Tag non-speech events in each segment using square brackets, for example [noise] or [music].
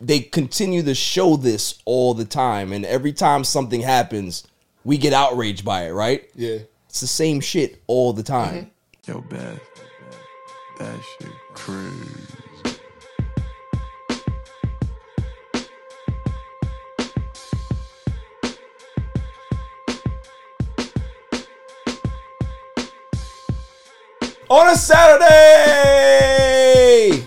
they continue to show this all the time, and every time something happens, we get outraged by it. Right? Yeah. It's the same shit all the time. Yo, Beth, that shit crazy. on a Saturday.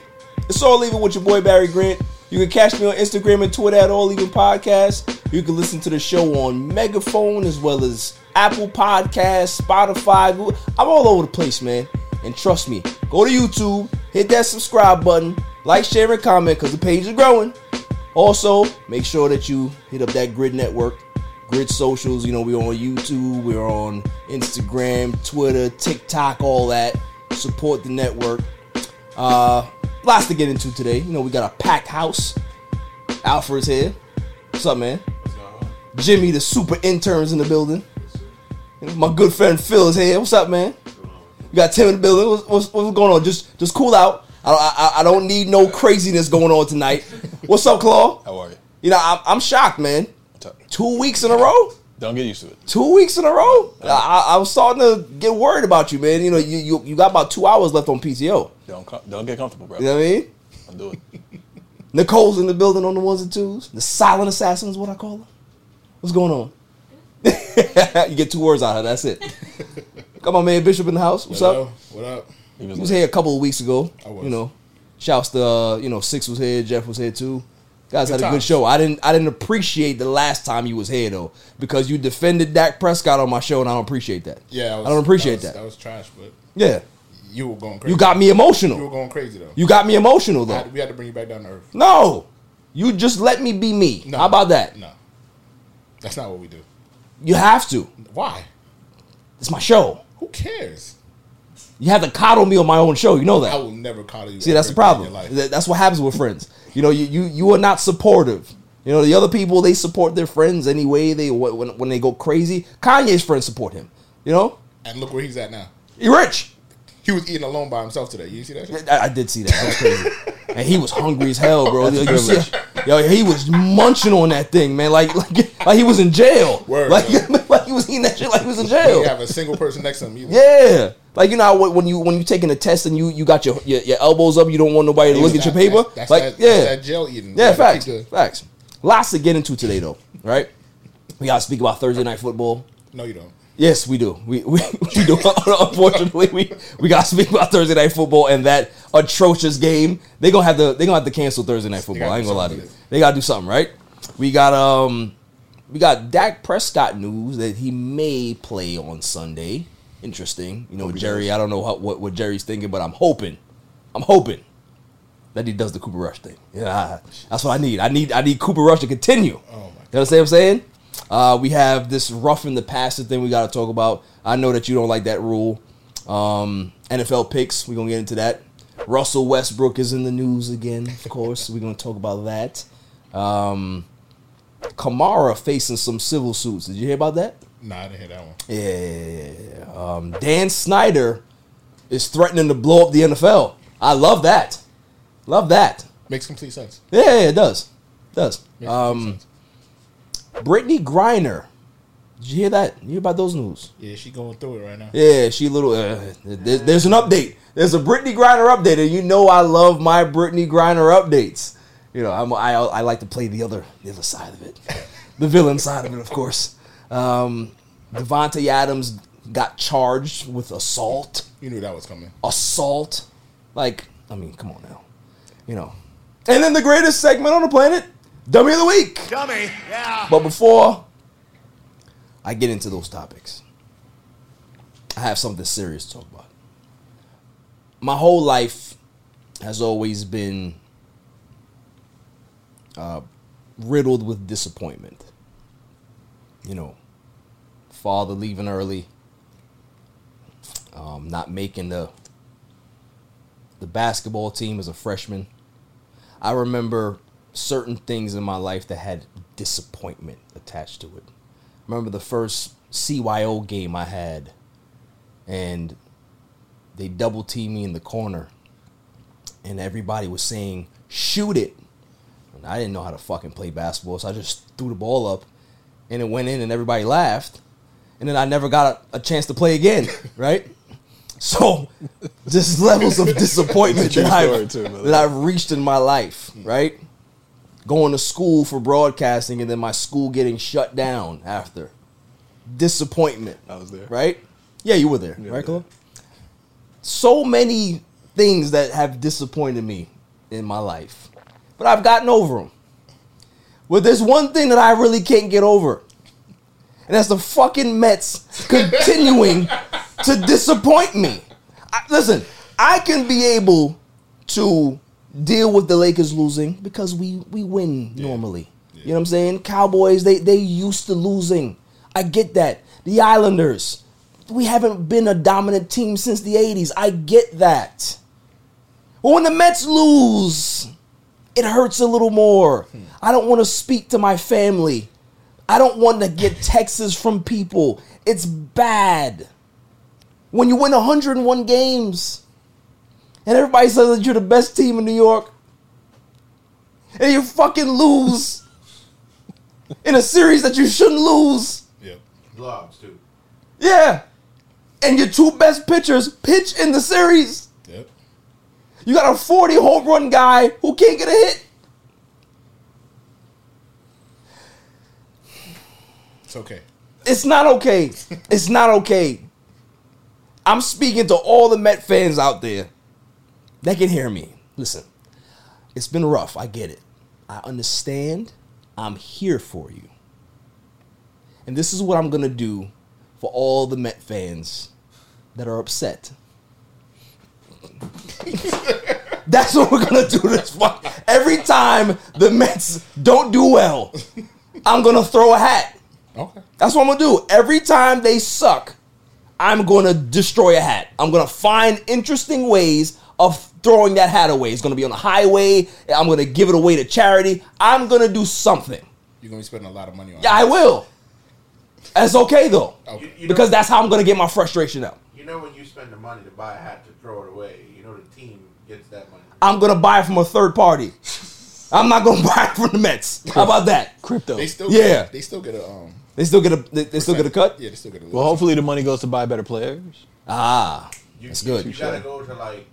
It's all even with your boy Barry Grant. You can catch me on Instagram and Twitter at All Even Podcast. You can listen to the show on Megaphone as well as Apple Podcasts, Spotify. Google. I'm all over the place, man. And trust me, go to YouTube, hit that subscribe button, like, share, and comment because the page is growing. Also, make sure that you hit up that Grid Network. Grid socials, you know, we're on YouTube, we're on Instagram, Twitter, TikTok, all that. Support the network. Uh, lots to get into today. You know, we got a packed house. Alfred's here. What's up, man? Jimmy, the super intern's in the building. My good friend Phil is here. What's up, man? You got Tim in the building. What's, what's, what's going on? Just just cool out. I, I, I don't need no craziness going on tonight. What's up, Claw? How are you? You know, I'm, I'm shocked, man. What's up? Two weeks in a row? Don't get used to it. two weeks in a row. I, I- I was starting to get worried about you, man. You know, you, you you got about two hours left on PTO. Don't com- don't get comfortable, bro. You know what I mean? Don't do it. Nicole's in the building on the ones and twos. The silent assassin is what I call her. What's going on? [laughs] you get two words out of her. That's [laughs] it. Got my man Bishop in the house. What's Hello? up? What up? He He was was like, here a couple of weeks ago. I was. You know, shouts to uh, you know Six was here, Jeff was here too. Guys had a good times. show. I didn't I didn't appreciate the last time you was here though because you defended Dak Prescott on my show and I don't appreciate that. Yeah, I don't appreciate was- that. That was trash, but Yeah. you were going crazy. You got me you were emotional. going crazy though. You got me emotional I though. had- we had to bring you back down to earth. No. You just let me be me. No. How about that? No, that's not what we do. You have to. Why? It's my show. Who cares? You have to coddle me on my own show. You know I that. will never coddle you. See, that's the ever again in problem. your life. Th- That's what happens with friends. You know, you, you you are not supportive. You know, the other people they support their friends anyway. They wh- when when they go crazy. Kanye's friends support him. You know, And look where he's at now. he rich. He was eating alone by himself today. You see that? Shit? I, I did see that. That was [laughs] crazy. and he was hungry as hell, bro. Yo, you see- yo, he was munching on that thing, man. Like, like, like he was in jail. Word, [laughs] like, like he was eating that shit like he was in He didn't jail. have a single person [laughs] next to him either. Yeah. Like you know how wh- when you when you taking a test and you you got your your, your elbows up, you don't want nobody to He look was at your that- paper. that- that's like that, yeah, that's that jail eating. yeah, Like, facts, he good. facts. Lots to get into today though, right? We gotta speak about Thursday night football. No, you don't. Yes, we do. We [laughs] we, we do. Unfortunately, we, we gotta speak about Thursday night football and that atrocious game. They gonna have to they gonna have to cancel Thursday night football. gotta I ain't do gonna lie to something you. with it. They gotta do something, right? We got um we got Dak Prescott news that he may play on Sunday. Interesting. You know, Jerry, I don't know how, what, what Jerry's thinking, but I'm hoping. I'm hoping that he does the Cooper Rush thing. Yeah, I- that's what I need. I need I need Cooper Rush to continue. Oh my you understand what I'm saying? Uh, we have this rough in the passer thing we got to talk about. I know that you don't like that rule. Um, NFL picks, we're gonna get into that. Russell Westbrook is in the news again, of course. we're gonna talk about that. Um, Kamara facing some civil suits. Did you hear about that? Nah, I didn't hear that one. Yeah. Um, Dan Snyder is threatening to blow up the NFL. I love that. Love that. Makes complete sense. Yeah, yeah, it does. It does. Makes complete Um, sense. Brittany Griner. Did you hear that? You hear about those news? Yeah, she going through it right now. Yeah, she little. Uh, there's, there's an update. There's a Brittany Griner update, and you know I love my Brittany Griner updates. You know I'm, I I like to play the other the other side of [laughs] it, the villain side of it, of course. Um, Devontae Adams got charged with assault. You knew that was coming. Assault, like I mean, come on now, you know. And then the greatest segment on the planet, Dummy of the Week. Dummy. Yeah. But before I get into those topics, I have something serious to talk about. My whole life has always been uh, riddled with disappointment. You know, father leaving early, um, not making the the basketball team as a freshman. I remember certain things in my life that had disappointment attached to it. Remember the first CYO game I had, and they double teamed me in the corner, and everybody was saying, shoot it. And I didn't know how to fucking play basketball, so I just threw the ball up, and it went in, and everybody laughed. And then I never got a, a chance to play again, [laughs] right? So, just levels [laughs] of disappointment true that I've, story, too, by the that I've reached in my life, right? Going to school for broadcasting and then my school getting shut down after. Disappointment. I was there. Right? Yeah, you were there, Yeah, right, yeah. Cole? So many things that have disappointed me in my life, but I've gotten over them. But there's one thing that I really can't get over, and that's the fucking [laughs] Mets continuing to disappoint me. I, listen, I can be able to deal with the Lakers losing because we we win normally. You know what I'm saying? Cowboys, they they used to losing. I get that. The Islanders, we haven't been a dominant team since the 80s. I get that. But when the Mets lose, it hurts a little more. I don't want to speak to my family. I don't want to get texts from people. It's bad. When you win 101 games and everybody says that you're the best team in New York and you fucking lose in a series that you shouldn't lose. Yeah. Blogs too. Yeah. And your two best pitchers pitch in the series. Yep. You got a 40 home run guy who can't get a hit. It's okay. It's not okay. It's not okay. I'm speaking to all the Met fans out there that can hear me. Listen, it's been rough. I get it. I understand. I'm here for you. And this is what I'm going to do for all the Met fans that are upset. That's what we're going to do this fuck. Every time the Mets don't do well, I'm going to throw a hat. Okay. That's what I'm gonna do. Every time they suck, I'm gonna destroy a hat. I'm gonna find interesting ways of throwing that hat away. It's gonna be on the highway. I'm gonna give it away to charity. I'm gonna do something. You're gonna be spending a lot of money on. Yeah, I will. That's okay though, Okay. You know- because that's how I'm gonna get my frustration out. You know when you spend the money to buy a hat to throw it away, you know the team gets that money. I'm gonna buy it from a third party. I'm not gonna [laughs] buy it from the Mets. How about that? Crypto. They still. Yeah. Get, they still get a. Um, They still get a they, they still get a cut. Yeah, they still get a. Well, hopefully the money goes to buy better players. Ah, You, That's good. You gotta go to like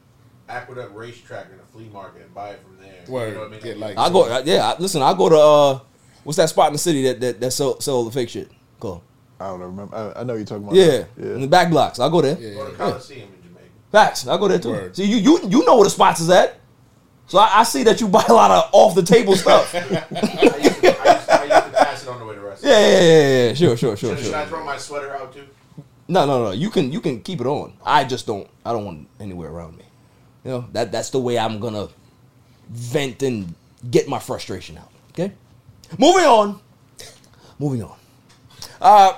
Aqueduct Racetrack in the flea market and buy it from there. Word. You know what I mean? Yeah, like- I go. uh, Yeah, I- listen, I go to uh, what's that spot in the city that that, that sell sell the fake shit? Cool. I don't remember. I, I know you're talking about. Yeah, in the Yeah. back blocks. I'll go there. go to Coliseum in Jamaica. Facts. I'll go there too. Word. See, you you you know where the spots is at. So I, I see that you buy a lot of off the table stuff. [laughs] yeah, I used, to, I, used to, I used to pass it on the way to rest. yeah, yeah, yeah. Sure, sure, sure, Should, should I sure. throw my sweater out too? No, no, no. You can you can keep it on. I just don't. I don't want it anywhere around me. You know that that's the way I'm gonna vent and get my frustration out. Okay. Moving on. Moving on. Uh,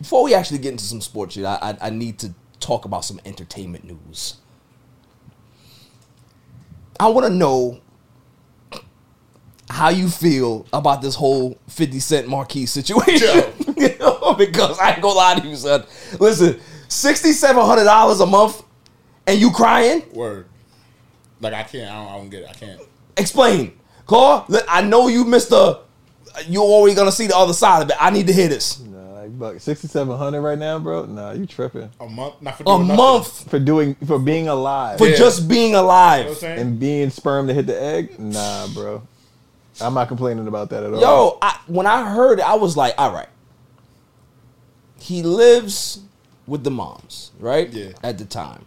before we actually get into some sports shit, I, I, I need to talk about some entertainment news. I want to know how you feel about this whole [laughs] 50 Cent Marquee situation. you know, because I ain't gonna lie to you, son. Listen, sixty seven hundred dollars a month, and you crying? Word. Like I can't. I don't, I don't get it. I can't. Explain, Carl. li- I know you, Mister. You're always gonna see the other side of it. I need to hear this. Nah, like, buck sixty seven hundred right now, bro. Nah, you tripping A month. Not for A doing nothing. month for doing for being alive for Yeah. just being You know what I'm alive. saying? and being sperm to hit the egg. Nah, bro. I'm not complaining about that at all. Yo, I, when I heard it, I was like, all right. He lives with the moms, right? Yeah. At the time.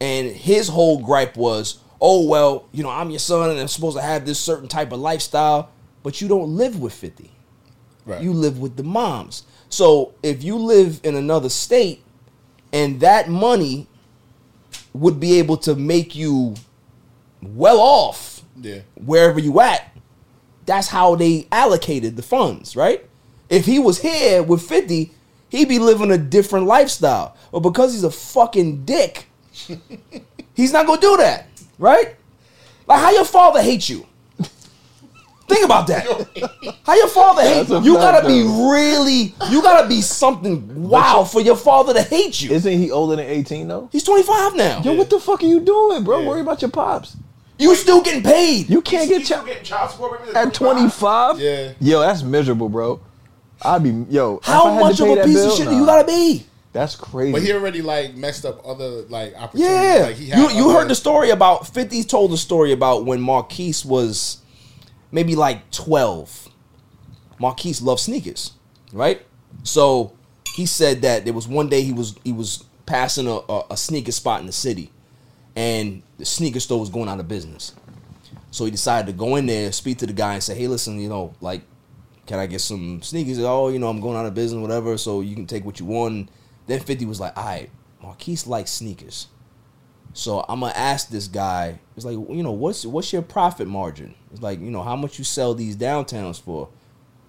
And his whole gripe was, oh, well, you know, I'm your son and I'm supposed to have this certain type of lifestyle, but you don't live with 50. Right. You live with the moms. So if you live in another state and that money would be able to make you well off Yeah. wherever you at, that's how they allocated the funds, right? If he was here with 50, he'd be living a different lifestyle. But because he's a fucking [laughs] dick, he's not gonna do that, right? Like how your father hates you. Think about that. How your father hates That's a you gotta fact, be though. really you gotta be something wow for your father to hate you. Isn't he older than eighteen though? He's 25 now. Yo, what the fuck are you doing, bro? Worry about your pops. You still getting paid. You can't You get still child getting child support payments at 25. Yeah. Yo, that's miserable, bro. I'd be yo. if I how had much to of pay a that piece bill, of shit nah, do you gotta be? That's crazy. But he already like messed up other like opportunities. Yeah, Like, he had you you other- heard the story about Fifty told the story about when Marquise was maybe like twelve. Marquise loved sneakers, right? So he said that there was one day he was he was passing a, a, a sneaker spot in the city, and the sneaker store was going out of business. So he decided to go in there, speak to the guy, and say, "Hey, listen, you know, like, can I get some sneakers?" He said, Oh, you know, I'm going out of business, whatever. So you can take what you want. Then Fifty was like, "All right, Marquise likes sneakers." So I'm gonna ask this guy. It's like you know what's what's your profit margin? It's like you know how much you sell these downtowns for,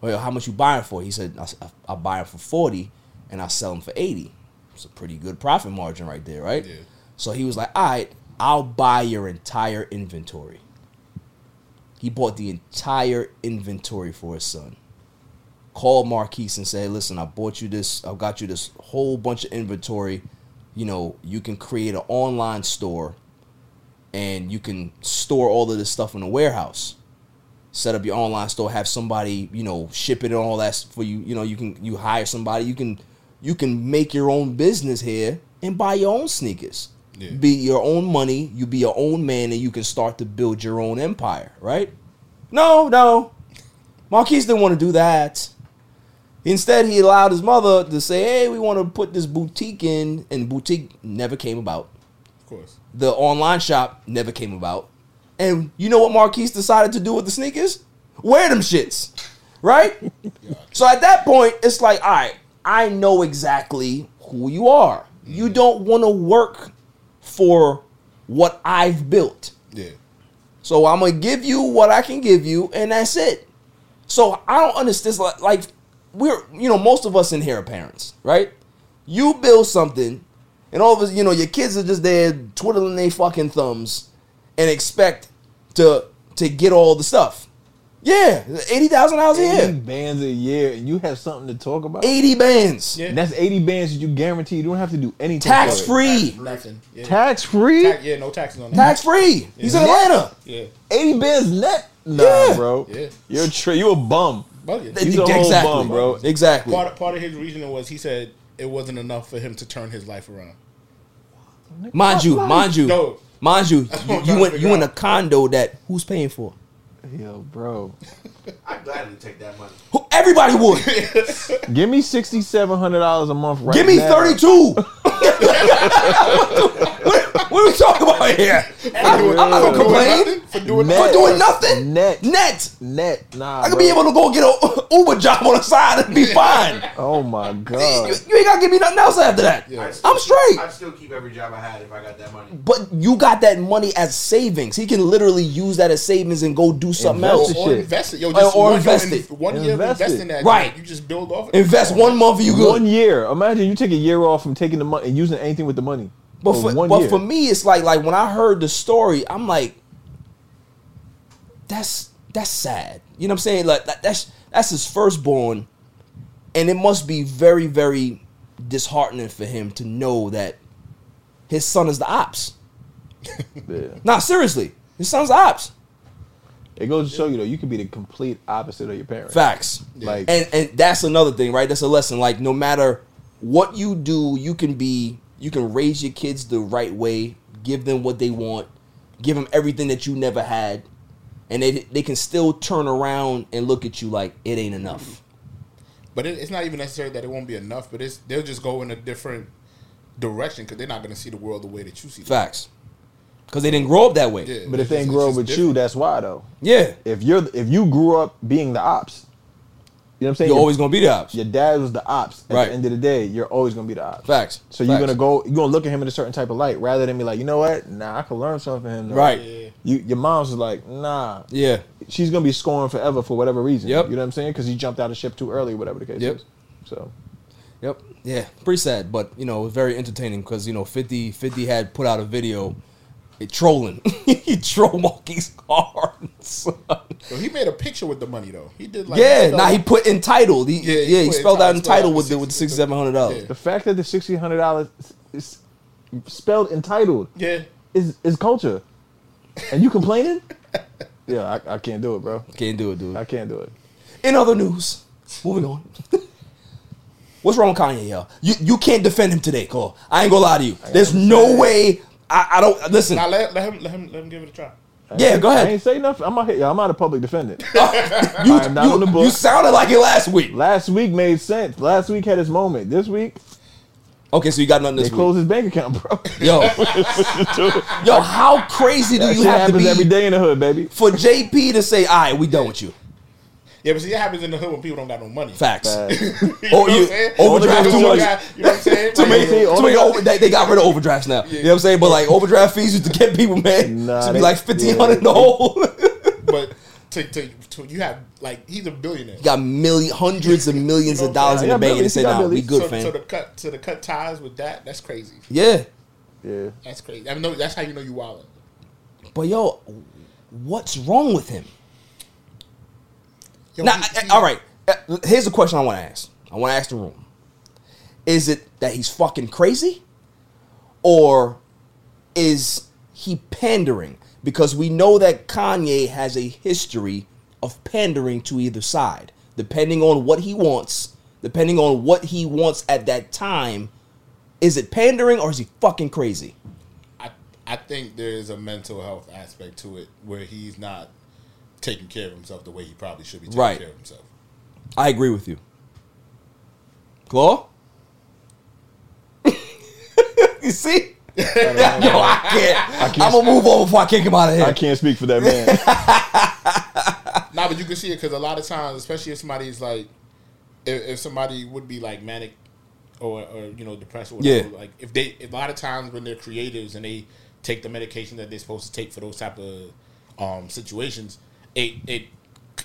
or how much you buy 'em for? He said I, s- I- I buy 'em for forty, and I sell them for eighty. It's a pretty good profit margin right there, right? Yeah. So he was like, all right, I'll buy your entire inventory. He bought the entire inventory for his son. Called Marquise and said, listen, I bought you this, I've got you this whole bunch of inventory. You know, you can create an online store and you can store all of this stuff in a warehouse. Set up your online store, have somebody, you know, ship it and all that s- for you. You know, you can you hire somebody, you can you can make your own business here and buy your own sneakers. Yeah. Be your own money, you be your own man, and you can start to build your own empire, right? No, no. Marquise didn't want to do that. Instead, he allowed his mother to say, hey, we want to put this boutique in, and boutique never came about Of course. the online shop never came about. And you know what Marquise decided to do with the sneakers? Wear them shits, right? so at that point, it's like, all right, I know exactly who you are. You don't want to work for what I've built. Yeah. So I'm gonna give you what I can give you, and that's it. So I don't understand. Like, like we're you know most of us in here are parents, right? You build something, and all of us, you know, your kids are just there twiddling their fucking thumbs, and expect to to get all the stuff. Yeah, eighty thousand dollars a eighty year, bands a year, and you have something to talk about. eighty bands, Yeah. And that's eighty bands that you guarantee you don't have to do anything. for tax it. free, Nothing. Yeah. Tax free. Tax- yeah. No taxes on that. tax free. He's in Yeah. Atlanta. Yeah. Eighty bands net. Nah, Yeah. bro. Yeah. You're a tri- you a bum. Bugging. He's a whole bum, bro. Exactly. Part part of his reasoning was he said it wasn't enough for him to turn his life around. Mind you, mind you, No. mind you, what you, I'm you trying went to you figure in a out. condo that who's paying for? Yo, bro. I gladly take that money. Who, everybody would. Give me sixty seven hundred dollars a month right Give me now. thirty two. [laughs] what, what are we talking about here? I, am not gonna complain For doing Net. for doing nothing. Net. net. Net. Nah. I could bro. be able to go get a Uber job on the side and be fine. Oh [laughs] my Uh. god. You, you ain't gotta give me nothing else after that. I'm straight. I'd still keep every job I had if I got that money. But you got that money as savings. He can literally use that as savings and go do something Invest else. it. or, or shit. invest it. Yo, Or- just or one, invest yo, it. One year of Invest it. investing that. Right. You just build off of it. Invest one month, you good. One year. Imagine you take a year off from taking the money and using anything with the money. But Oh, for, one but year. for me, it's like like when I heard the story, I'm like, that's that's sad. You know what I'm saying? Like that, that's that's his firstborn, and it must be very very disheartening for him to know that his son is the ops. Yeah. Nah, seriously, his son's the ops. It goes to show you though, you could be the complete opposite of your parents. Facts. Like and and that's another thing, right? That's a lesson. Like no matter what you do, you can be you can raise your kids the right way, give them what they want, give them everything that you never had, and they they can still turn around and look at you like it ain't enough. But it, it's not even necessary that it won't be enough. But it's they'll just go in a different direction because they're not going to see the world the way that you see. it. Facts. Cuz they didn't grow up that way. Yeah. but if they ain't grow up with you, that's why though. If you're if you grew up being the ops, you know what I'm saying? You're Your- always going to be the ops. your dad was the ops. At Right. the end of the day, you're always gonna be the ops. Facts. So you're Facts. gonna go you're gonna look at him in a certain type of light rather than be like, you know what? Nah, I could learn something from him. though." Right. Yeah. You your mom's was like, nah. Yeah. She's gonna be scoring forever for whatever reason. Yep. You know what I'm saying? Because he jumped out of ship too early, whatever the case Yep. is. So Yep. Yeah. Pretty sad, but you know, it was very entertaining because you know, 50, 50 had put out a video, it trolling, [laughs] he troll Monkey's car. [laughs] son. So he made a picture with the money though. He did like yeah. spelled- Now he put entitled. He, yeah, Yeah, He, he put spelled out entitled entitled, spelled with out the with six- six seven hundred dollars. the fact that the sixteen hundred dollars is spelled entitled yeah. is is culture. And you complaining? [laughs] yeah, I, I can't do it, bro. Can't do it, dude. I can't do it. In other news, moving on. [laughs] What's wrong with Kanye, y'all? You you can't defend him today, Cole. I ain't gonna lie to you. There's no way. I, I don't listen. Now let, let him let him let him give it a try. Yeah, go I ahead. ain't [laughs] say nothing. I'm out here. I'm out of public defendant. You, I am not you- on the book. you sounded like it last week. Last week made sense. Last week had its moment. This week Okay, so you got nothing they this week. closed his bank [laughs] account, bro. Yo, [laughs] yo, how crazy do That you shit have to happens be every day in the [laughs] hood, baby. for JP to say, "All right, we done with you"? Yeah, but see, it happens in the hood when people don't got no money. Facts. Uh, [laughs] You Oh, know what you- I'm saying? overdraft You too know much. what I'm saying? You know what [laughs] I'm saying? Too many, Like, see, all too many the- over, they, they got rid of overdrafts now. You know what I'm saying? But like overdraft fees used to get people mad. Nah, Should be they- like fifteen hundred in the yeah. hole. But to, to, to you have like he's a billionaire. [laughs] got million, hundreds of millions of dollars in Yeah, the bank, and they Billy, say, yeah, "Nah, Billy. we good, so, so fam." to cut to the cut ties with that, that's crazy. Yeah, Yeah, That's crazy. I mean, no, that's how you know you wild. but yo, what's wrong with him? Yo, Now, he- I- he- I- all right. Uh, Here's the question I want to ask. I want to ask the room: Is it that he's fucking crazy, or is he pandering? Because we know that Kanye has a history of pandering to either side, depending on what he wants, depending on what he wants at that time. Is it pandering or is he fucking crazy? I I think there is a mental health aspect to it where he's not taking care of himself the way he probably should be taking Right. care of himself. I agree with you. Claw? [laughs] you see? [laughs] Yo, I can't. I am going to move over before I kick him out of here. I can't speak for that man. [laughs] Nah, but you can see it because a lot of times, especially if somebody's like, if, if somebody would be like manic or, or you know depressed or whatever, Yeah. like if they if a lot of times when they're creatives and they take the medication that they're supposed to take for those type of um, situations, it it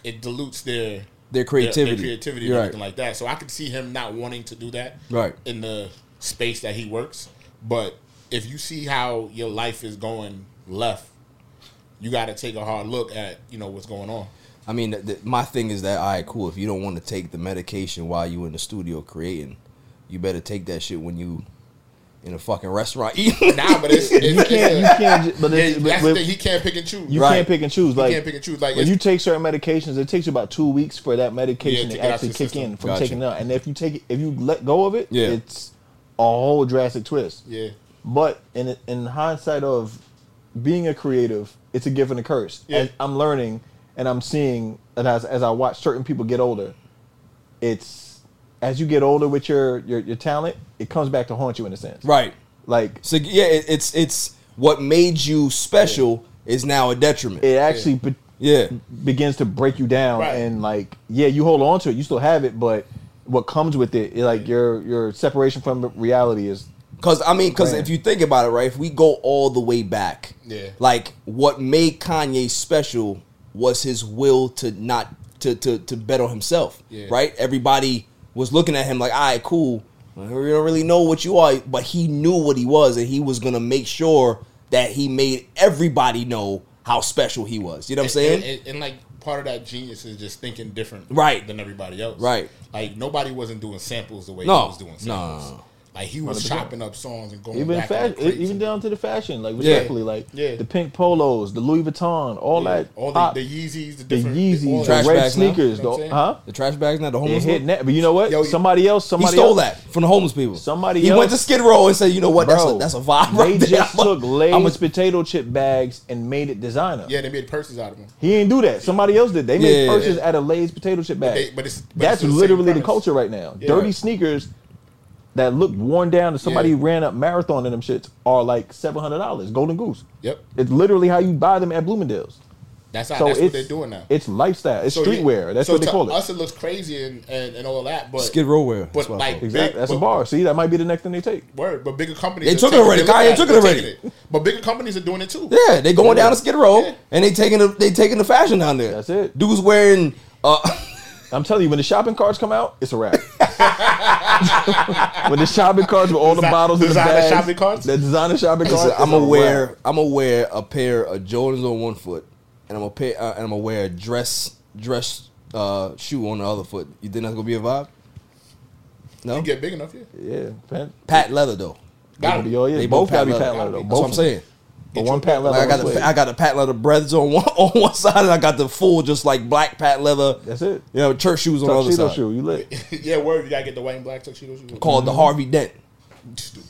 it dilutes their Their creativity. creativity, You're and right. everything like that. So I could see him not wanting to do that, Right. in the space that he works. But if you see how your life is going left, you got to take a hard look at you know what's going on. I mean, th- th- my thing is that, all right, cool. If you don't want to take the medication while you in the studio creating, you better take that shit when you in a fucking restaurant [laughs] eating. Nah, but it's, it's, [laughs] you can't. You can't. ju- But, It's a, it, but, that's the but thing. He can't pick and choose. you Right. can't pick and choose. Like can't pick and choose, like, when it's- you take certain medications, it takes you about two weeks for that Yeah, medication to to get out actually your kick system. in from Gotcha. taking it out. And if you take, it, if you let go of it, Yeah. it's a whole drastic twist. Yeah. But in in hindsight of being a creative, it's a gift and a curse. Yeah. As I'm learning and I'm seeing and as as I watch certain people get older, it's as you get older with your your, your talent, it comes back to haunt you in a sense. right. Like So, yeah, it, it's it's what made you special is now a detriment. it actually be- yeah. begins to break you down Right. and like yeah, you hold on to it, you still have it, but what comes with it, it like your your separation from reality is Cause I mean, cause Right. if you think about it, right? If we go all the way back, Yeah. Like what made Kanye special was his will to not to to to bet on himself, Yeah. right? Everybody was looking at him like, "All right, cool. We don't really know what you are," but he knew what he was, and he was gonna make sure that he made everybody know how special he was. You know what I'm saying? And, and, and, like part of that genius is just thinking different Right. than everybody else. Right. Like nobody wasn't doing samples the way No. he was doing samples. No. Like he was 100%. chopping up songs and going Even back fashion, on crates even and- down to the fashion, like Yeah. respectfully, like Yeah. the pink polos, the Louis Vuitton, all Yeah. that, all the, pop, the Yeezys, the the different all Yeezys, Trash that. the red bags now, sneakers, you know what I'm the, saying? huh? The trash bags now, the It homeless. hit one? net, but you know what? Yo, somebody else, He somebody stole else, that from the homeless people. Somebody He else- went to Skid Row and said, "You know what? That's a, Bro, that's a vibe They right there." [laughs] [laughs] just I'm a- took Lay's I'm a- potato chip bags and made it designer. Yeah, they made purses out of them. He didn't do that. Somebody else did. They made Yeah. purses out of Lay's potato chip bag. they- but it's- but That's it's the same literally the premise. culture right now. Yeah. Dirty sneakers that look worn down to somebody Yeah. who ran up marathon in them shits are like seven hundred dollars. Golden Goose. Yep. It's literally how you buy them at Bloomingdale's. That's how So that's it's what they're doing now. It's lifestyle. It's So, yeah. streetwear. That's So what they to call it. Us, it looks crazy and, and, and all that, but Skid Row wear. But like big- exactly. That's but- a bar. See, that might be the next thing they take. Word, but bigger companies They are took it taking- already. they look Kanye at- took it they're already. taking it. But bigger companies are doing it too. Yeah, they going down to Skid Row Yeah. and they taking the, they taking the fashion down there. That's it. Dudes wearing [laughs] uh, I'm telling you, when the shopping carts come out, it's a wrap. [laughs] when the shopping carts with all the Desi- bottles and the designer bags, shopping carts? the designer shopping carts. Listen, it's I'm a gonna wrap. wear I'm gonna wear a pair of Jordans on one foot, and I'm gonna pay, uh, and I'm gonna wear a dress dress uh, shoe on the other foot. You think that's gonna be a vibe? No, You get big enough, yeah. Yeah, Pat, pat leather though. Got be all, yeah, They both both gotta be Pat Pat Leather. leather though. That's Both what I'm of them. saying. But one Pat leather. Like I got one the suede. I got the pat leather breaths on [laughs] one on one side, and I got the full just like black pat leather. That's it. You know, church shoes on the other Tuxedo side. shoe. Mm-hmm. You lit. [laughs] yeah, word. You gotta get the white and black tuxedo shoes. Called the Harvey Dent. Stupid.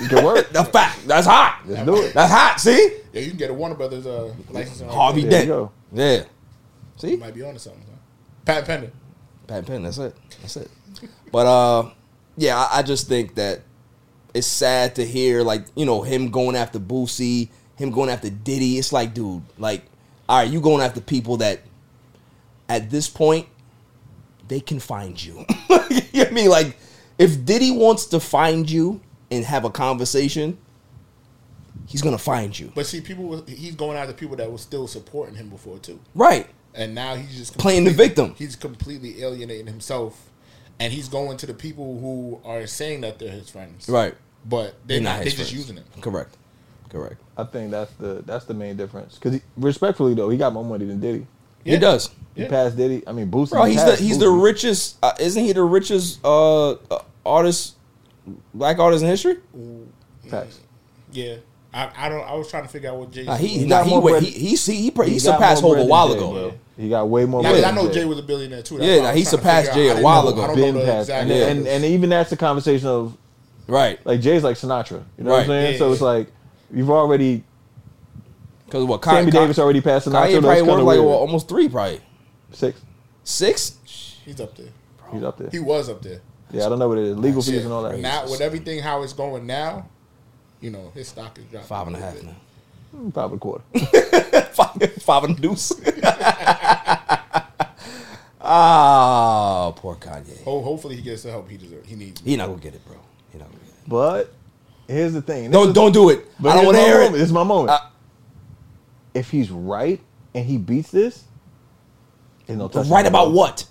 You can work. The fact that's hot. Let's do it. That's hot. See, Yeah, you can get a Warner Brothers uh, license. and all Harvey There you Dent. go. [laughs] Yeah, that. might be on to something. Huh? Pat Pender. Pat Penn. That's it. That's it. But uh, yeah, I, I just think that it's sad to hear like you know him going after Boosie, him going after Diddy. It's like, dude, like, all right, you going after people that at this point they can find you. [laughs] you know what I mean? Like, if Diddy wants to find you and have a conversation, he's gonna find you. But see, people was, he's going after people that were still supporting him before too, Right. and now he's just Playing the completely- victim. He's completely alienating himself, and he's going to the people who are saying that they're his friends. Right. But they're, They're not not. They're his just friends. using it. Correct. Correct. I think that's the that's the main difference. Because respectfully though, he got more money than Diddy. He does. He Yeah. passed Diddy. I mean, Boosie. Bro, he he's the passed he's the Boosie. richest. Uh, isn't he the richest uh, uh, artist, black artist in history? Facts. Yeah. I, I don't. I was trying to figure out what Jay. Nah, he He Uh, he got nah, he, more wa- bread- he he see- he, pra- He he got surpassed more Hope a bread while than Jay, ago. bro. He got way more. Now, money I than know Jay Jay was a billionaire too. Yeah, why I nah, was he trying to surpassed figure out- Jay I a didn't while know- ago. I don't know Been the passed. exact- And, Yeah. and and even that's the conversation of Right, like Jay's like Sinatra. You know what I'm Right. saying? Yeah, so yeah. it's like you've already because what? Sammy Ka- Davis already passed Sinatra. Kanye That's probably kinda worth like weird. what, almost three, probably six. six. He's up there. He's up there. He was up there. yeah, I don't know what it is. Legal fees Shit. and all that. Now with everything how it's going now, you know his stock is dropping. Five and a [laughs] half bit. now. Five and a quarter. five, five and a deuce. [laughs] Ah, poor Kanye. Ho- hopefully he gets the help he deserves. He needs. He not gonna get it, bro. He not gonna get it. But here's the thing. Don't don't do it. But I don't here's want to my hear moment. it. This Uh, is my moment. I- if he's right and he beats this, there's no touchdown. Right about what?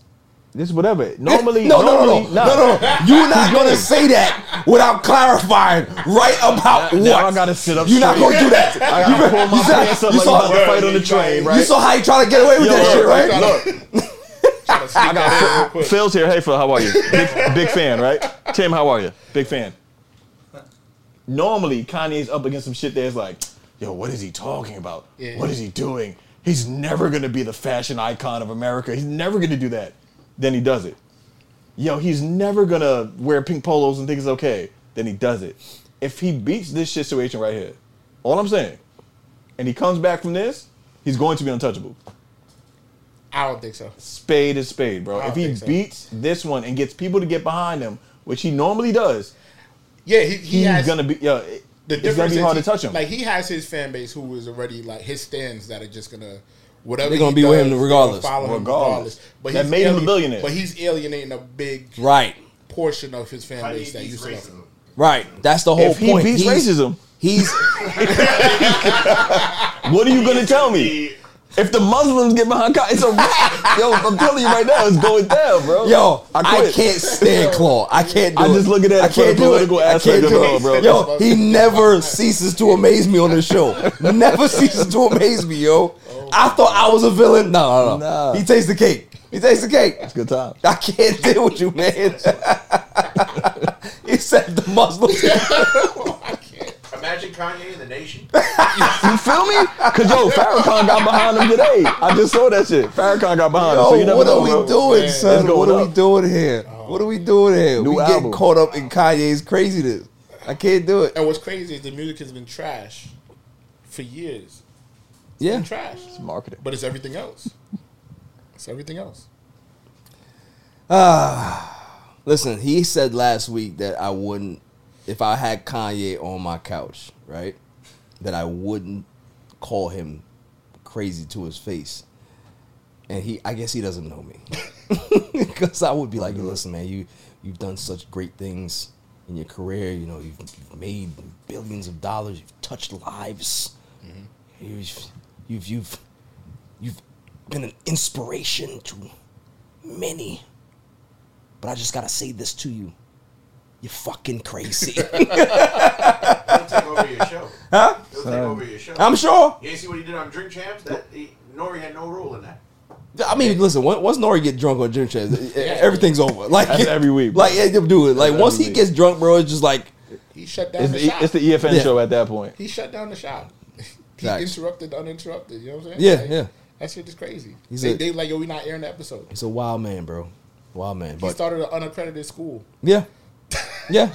This is whatever. Normally, no, no, no, normally, no, no, no, no. You're not gonna say that without clarifying right about what. Now I gotta sit up You're not straight. gonna do that. [laughs] I gotta pull my pants up you like saw- I'm about to fight on the you train, saw- right? You saw how you trying to get away with Yo, that look, shit, right? Trying to sneak that in real quick. Phil's here. Hey, Phil, how are you? Big, big fan, right? Tim, how are you? Big fan. Normally, Kanye's up against some shit that's like, yo, what is he talking about? Yeah. What is he doing? He's never going to be the fashion icon of America. He's never going to do that. Then he does it. Yo, he's never going to wear pink polos and think it's okay. Then he does it. If he beats this shit situation right here, all I'm saying, and he comes back from this, he's going to be untouchable I don't think so. spade is spade, bro. I If don't he think so. beats this one and gets people to get behind him, which he normally does, Yeah, he, he he's has gonna be yo. it- the it's gonna difference be is hard he- to touch him. Like he has his fan base who is already like his stands that are just gonna whatever They're gonna he be with him does, they're regardless. gonna follow him Regardless. regardless. But That he's made him a billionaire. But he's alienating a big Right, portion of his fan base Kanye that used beats to love him. racism. right. That's the whole if he point. beats He's- racism, He's what are you gonna tell me? If the Muslims get behind, Ka- it's [laughs] a wrap. yo, I'm telling you right now, it's going down, bro. yo. I, quit. can't [laughs] stand Claw. I can't. Do I it. just look at that I for the can't do it. political I aspect can't of do it all, it, bro. Yo, [laughs] he never ceases to amaze me on this show. Never ceases to amaze me, yo. I thought I was a villain. No, no, no. Nah. He takes the cake. He takes the cake. It's good time. I can't deal with you, [laughs] man. he said the Muslims. Imagine Kanye in the nation. You feel me? Cause yo, Farrakhan got behind him today. I just saw that shit. Farrakhan got behind him. So you Yo, never what know, are we bro. doing, Man, son? it's What going are we up. Uh-huh. doing here? What are we doing here? New we getting album. caught up in Kanye's craziness. I can't do it. And what's crazy is the music has been trash for years. Yeah. Been trash. Marketing. But it's everything else. It's everything else. Listen, he said last week that I wouldn't, if I had Kanye on my couch, right? That I wouldn't call him crazy to his face. And he, I guess he doesn't know me, [laughs] because I would be like, listen, man, you you've done such great things in your career. You know, you've, you've made billions of dollars. You've touched lives. You've, you've you've you've been an inspiration to many but I just gotta say this to you. You're fucking crazy. He'll take over your show. Huh? He'll take over your show. I'm sure. You ain't see what he did on Drink Champs? That he, Nori had no role in that. I mean, listen. on- Once Nori get drunk on gym chairs, e- e- everything's over. [laughs] Like That's every week, bro. Like yeah, do it. Like That's once every he week. gets drunk, bro, it's just like He shut down It's the, e- the, shop. it's the EFN Yeah. show at that point. he shut down the shop. [laughs] he Facts. interrupted the uninterrupted. You know what I'm [laughs] saying? Yeah, Like, yeah. That shit is crazy. He's they, a- they like, yo, we not airing the episode. it's a wild man, bro. Wild man. He But started an unaccredited school. [laughs] yeah, [laughs] yeah.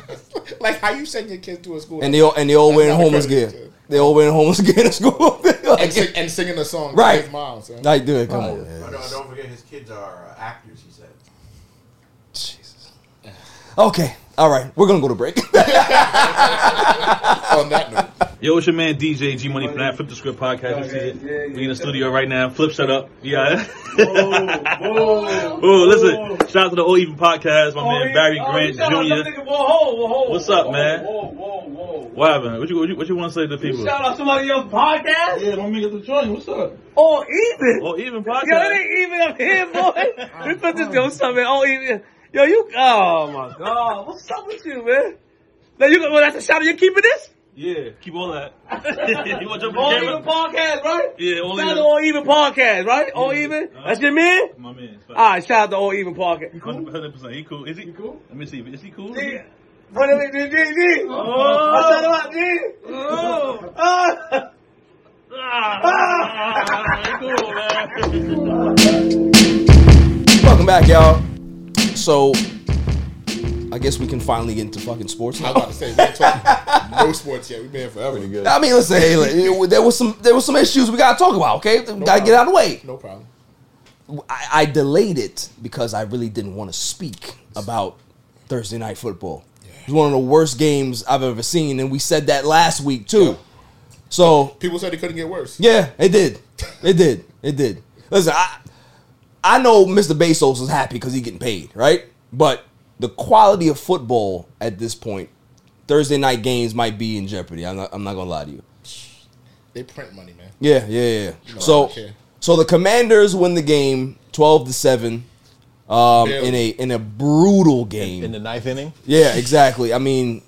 like how you send your kids to a school And they all and they all That's wearing not homeless gear. accredited, too. They all wearing homeless [laughs] gear to school. and, sing, like, and singing a song, to Right. His mom, son. like, dude, come on, Oh, man. no, don't forget his kids are uh, actors, he said. Jesus. Okay, all right, we're gonna go to break. [laughs] on that note. Yo, it's your man DJ G Money from that Flip the Script podcast. You see it. We in the studio right now. Flip, shut up. Yeah. [laughs] Oh, listen. Shout out to the All Even podcast. My man Barry Grant Jr. What's up, man? Whoa, whoa, whoa. What happened? What you what you, what you want to say to the people? Shout out somebody else's podcast? Yeah, my man get the joint. What's up? All even. All Even Yo, it podcast. ain't even up [laughs] here, boy. we put this yo something. All even. Yo, you. Oh my God. What's up with you, man? Now you. Well, that's a shout. You keeping this? Yeah, keep all that. you want to jump All in the even camera? podcast, right? Yeah, All shout out Even. to all even podcast, right? All Yeah. even. Uh-huh. That's your man. My man. All right, shout out to all even podcast. Hundred percent. He cool. Is he cool? Let me see. Is he cool? Yeah. What did we do, G? G? I shout him out, G. Oh. Ah, he cool, man. Welcome back, y'all. So, I guess we can finally get into fucking sports I now. was about to say, we ain't talking no sports yet. We've been here forever. Pretty good. I mean, listen, hey, like, it- there was some there was some issues we gotta talk about. Okay, we gotta get out of the way. No problem. I, I delayed it because I really didn't want to speak about Thursday night football. It was one of the worst games I've ever seen, and we said that last week too. So People said it couldn't get worse. yeah, it did, it did, it did. Listen, I I know Mr. Bezos is happy because he's getting paid, right? But the quality of football at this point, Thursday night games might be in jeopardy. I'm not, I'm not gonna lie to you. They print money, man. Yeah, yeah, yeah. know, I so, don't care. so the Commanders win the game, twelve to seven, um, Barely. in a in a brutal game. In the ninth inning, yeah, exactly. I mean,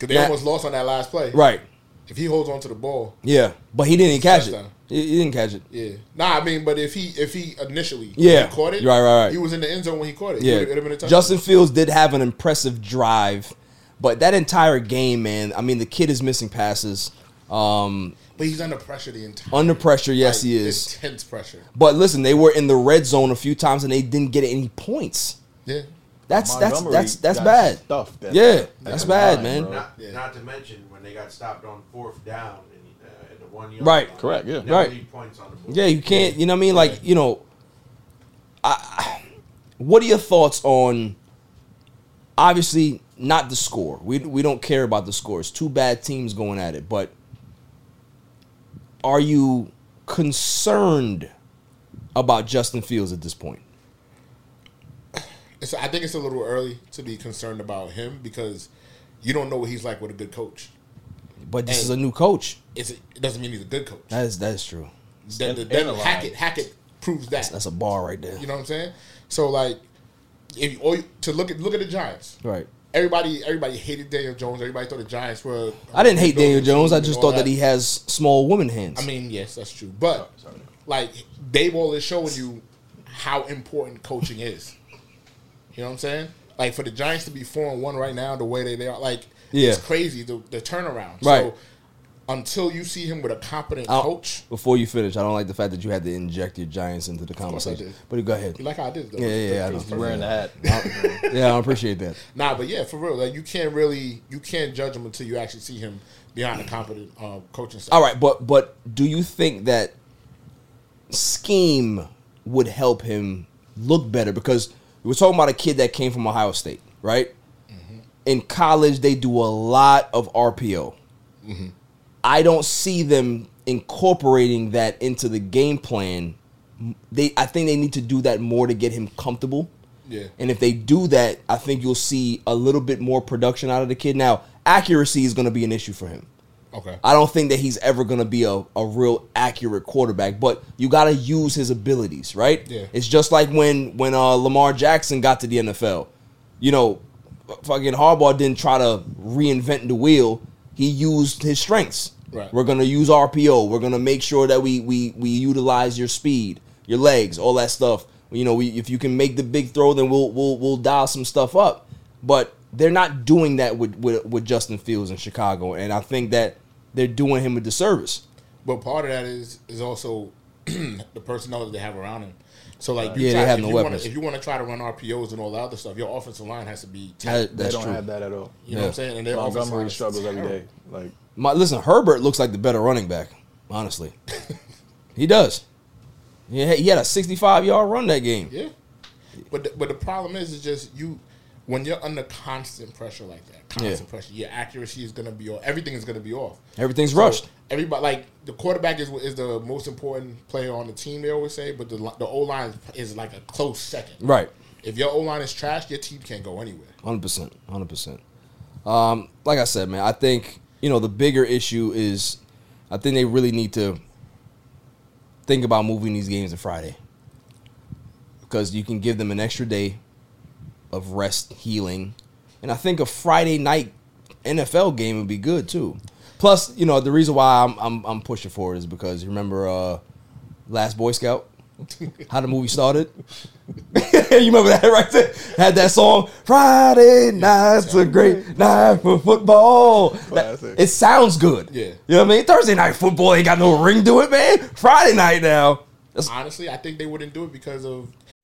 'Cause they Nah. almost lost on that last play. right? If he holds on to the ball, Yeah, but he didn't catch it. Touchdown. He, he didn't catch it. yeah. Nah, I mean, but if he if he initially Yeah. he caught it, Right, right, right. He was in the end zone when he caught it. Yeah, it would have been a touchdown. Justin Fields did have an impressive drive, but that entire game, man. I mean, the kid is missing passes. Um, but he's under pressure the entire. under pressure, yes, like, he is. intense pressure. But listen, they were in the red zone a few times and they didn't get any points. Yeah, That's that's Montgomery that's that's got bad. stuffed at- yeah, at that's the bad, line, man. bro. Not, Yeah. not to mention when they got stopped on fourth down and, uh, at the one yard. Right. line. Correct, yeah. Never Right. leave points on the board. Yeah, [laughs] you can't. You know what I mean? Like, you know, I, what are your thoughts on? Obviously, not the score. We we don't care about the score. It's two bad teams going at it. But are you concerned about Justin Fields at this point? it's, I think it's a little early to be concerned about him because you don't know what he's like with a good coach. But this Hey. is a new coach. It's, it doesn't mean he's a good coach. That is that is true. Then, And- then and a line. Hackett Hackett proves that. That's a bar right there. You know what I'm saying? So like, if you, or you- to look at look at the Giants. Right. Everybody everybody hated Daniel Jones. Everybody thought the Giants were. I didn't hate building Daniel Jones. I and just all thought that he has small woman hands. I mean, yes, that's true. But like Dayball is showing you how important coaching is. You know what I'm saying? Like for the Giants to be four and one right now, the way they, they are, like Yeah. it's crazy the, the turnaround. Right. So until you see him with a competent I'll- coach, Before you finish, I don't like the fact that you had to inject your Giants into the course I conversation. did. But go ahead. You like how I did, though. Yeah, yeah, yeah. I Just know. wearing the hat. I- yeah, I appreciate [laughs] that. Nah, but yeah, for real, like you can't really you can't judge him until you actually see him behind a competent uh, coaching staff. All right, but but do you think that scheme would help him look better? Because we're talking about a kid that came from Ohio State, right? In college, they do a lot of RPO. Mhm. I don't see them incorporating that into the game plan. They, I think they need to do that more to get him comfortable. Yeah. And if they do that, I think you'll see a little bit more production out of the kid. Now, accuracy is going to be an issue for him. Okay. I don't think that he's ever going to be a, a real accurate quarterback, but you got to use his abilities, right? Yeah. It's just like when when uh, Lamar Jackson got to the NFL. You know, fucking Harbaugh didn't try to reinvent the wheel. He used his strengths. Right. We're going to use RPO. We're going to make sure that we we we utilize your speed, your legs, all that stuff. You know, we, if you can make the big throw, then we'll we'll we'll dial some stuff up. But they're not doing that with with, with Justin Fields in Chicago, and I think that they're doing him a disservice. But part of that is is also [clears throat] the personnel that they have around him. So like Yeah, they have if no you wanna- weapons. if you want to try to run RPOs and all that other stuff, your offensive line has to be. That- that's They don't true. have that at all. You know what I'm saying? And their Montgomery offensive line is struggles every terrible. day. Like My listen, Herbert looks like the better running back. Honestly, he does. Yeah, he had a sixty-five yard run that game. Yeah. But the, but the problem is is just you when you're under constant pressure like that, constant Yeah. pressure, your accuracy is gonna be off. Everything is gonna be off. Everything's rushed. Everybody like the quarterback is is the most important player on the team. They always say, but the li- the O line is like a close second. Right. If your O line is trash, your team can't go anywhere. Hundred percent, hundred percent. Um, Like I said, man, I think you know the bigger issue is, I think they really need to think about moving these games to Friday because you can give them an extra day of rest, healing, and I think a Friday night NFL game would be good too. Plus, you know, the reason why I'm I'm, I'm pushing for it is because you remember uh, Last Boy Scout. How the movie started? [laughs] you remember that right there? Had that song Friday night's a great night for football. That- it sounds good. Yeah. You know what I mean? Thursday night football ain't got no ring to it, man. Friday night now. Honestly, I think they wouldn't do it because of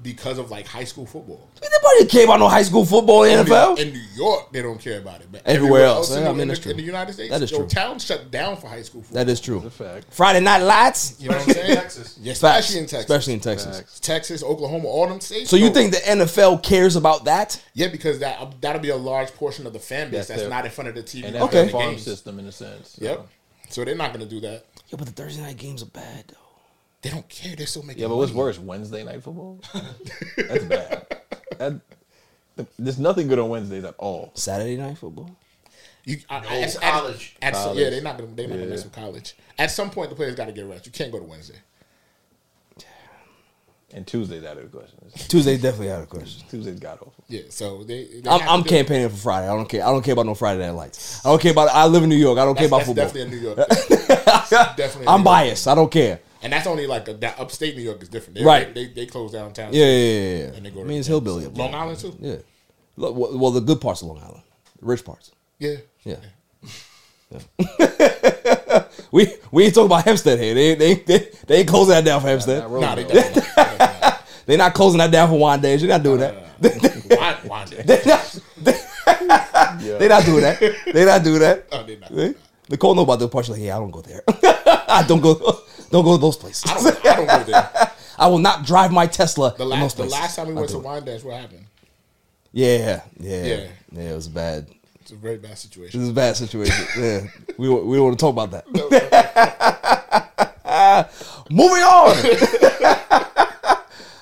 because of like high school football. Nobody care about no high school football in In New- NFL. In New York, they don't care about it. But Everywhere else. in, Yeah, I the, mean, in, that's the, true. in the United States, That is your true. town shut down for high school football. That is true. Friday night lights. You know what I'm saying? Facts. Yeah, especially in Texas. Especially in Texas. Texas, Oklahoma, all them states. So you No. think the NFL cares about that? Yeah, because that that'll be a large portion of the fan That's base that's, their- not in front of the TV. and during that's their the farm games. system in a sense. Yep. So they're not going to do that. Yeah, but the Thursday night games are bad though. They don't care. They're still making. Yeah, but what's money. worse, Wednesday night [laughs] football? That's bad. That, th- there's nothing good on Wednesdays at all. Saturday night football. You, I, No, I- at- college. At, at some- College. yeah, they're not going. to They're not going Yeah. to mess with college. At some point, the players got to get rest. You can't go to Wednesday. And Tuesday's out of the question. Tuesday definitely out of question. Tuesday's got off. Yeah, so they. they I'm, have to I'm do it. campaigning for Friday. I don't care. I don't care about no Friday night lights. I don't care about. I live in New York. I don't care about That's- football. that's [laughs] Definitely a New York. thing. That's definitely. a I'm New York thing. biased. I don't care. And that's only like a, that upstate New York is different. They, Right. They, they, close downtown. Yeah, yeah, yeah. yeah. And they go I to mean, it's hillbilly. up there. Long Island too. Yeah. Look, well, well, the good parts of Long Island, the rich parts. Yeah. Yeah. Yeah. [laughs] we we ain't talking about Hempstead here. They they they, they ain't closing that down for Hempstead. not really, Nah, they though. definitely They're not closing that down for Wandays. They're not doing that. Why? [laughs] Why? They're not, [laughs] they not doing that. They not doing that. Oh, they not. Eh? Nicole know about the parts. She's like, yeah, I don't go there. [laughs] I don't go. Don't go to those places. I don't, I don't go [laughs] there. I will not drive my Tesla. The in those last the places. last time we I went to do it. wine dance, what happened? Yeah, yeah, Yeah. yeah, It was bad. It's a very bad This [laughs] situation. is a bad situation. yeah, we don't- we don't want to talk about that. [laughs] Moving on.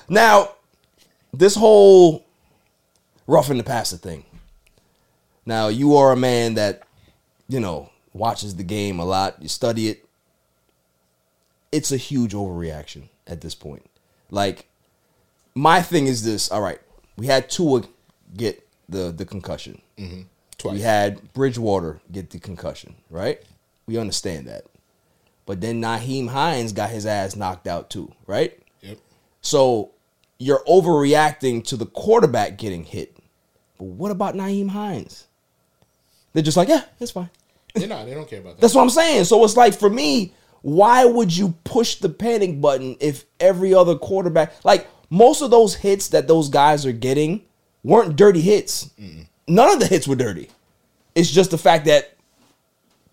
now, this whole roughing the passer thing. Now, you are a man that, you know, watches the game a lot, you study it. It's a huge overreaction at this point. Like, my thing is this all right, we had Tua get the, the concussion. Mhm. We had Bridgewater get the concussion, right? We understand that. But then Naheem Hines got his ass knocked out too, right? Yep. So you're overreacting to the quarterback getting hit. But what about Naheem Hines? They're just like, yeah, it's fine. They're not. They don't care about that. That's what I'm saying. So it's like for me, why would you push the panic button if every other quarterback like most of those hits that those guys are getting weren't dirty hits. None of the hits were dirty. It's just the fact that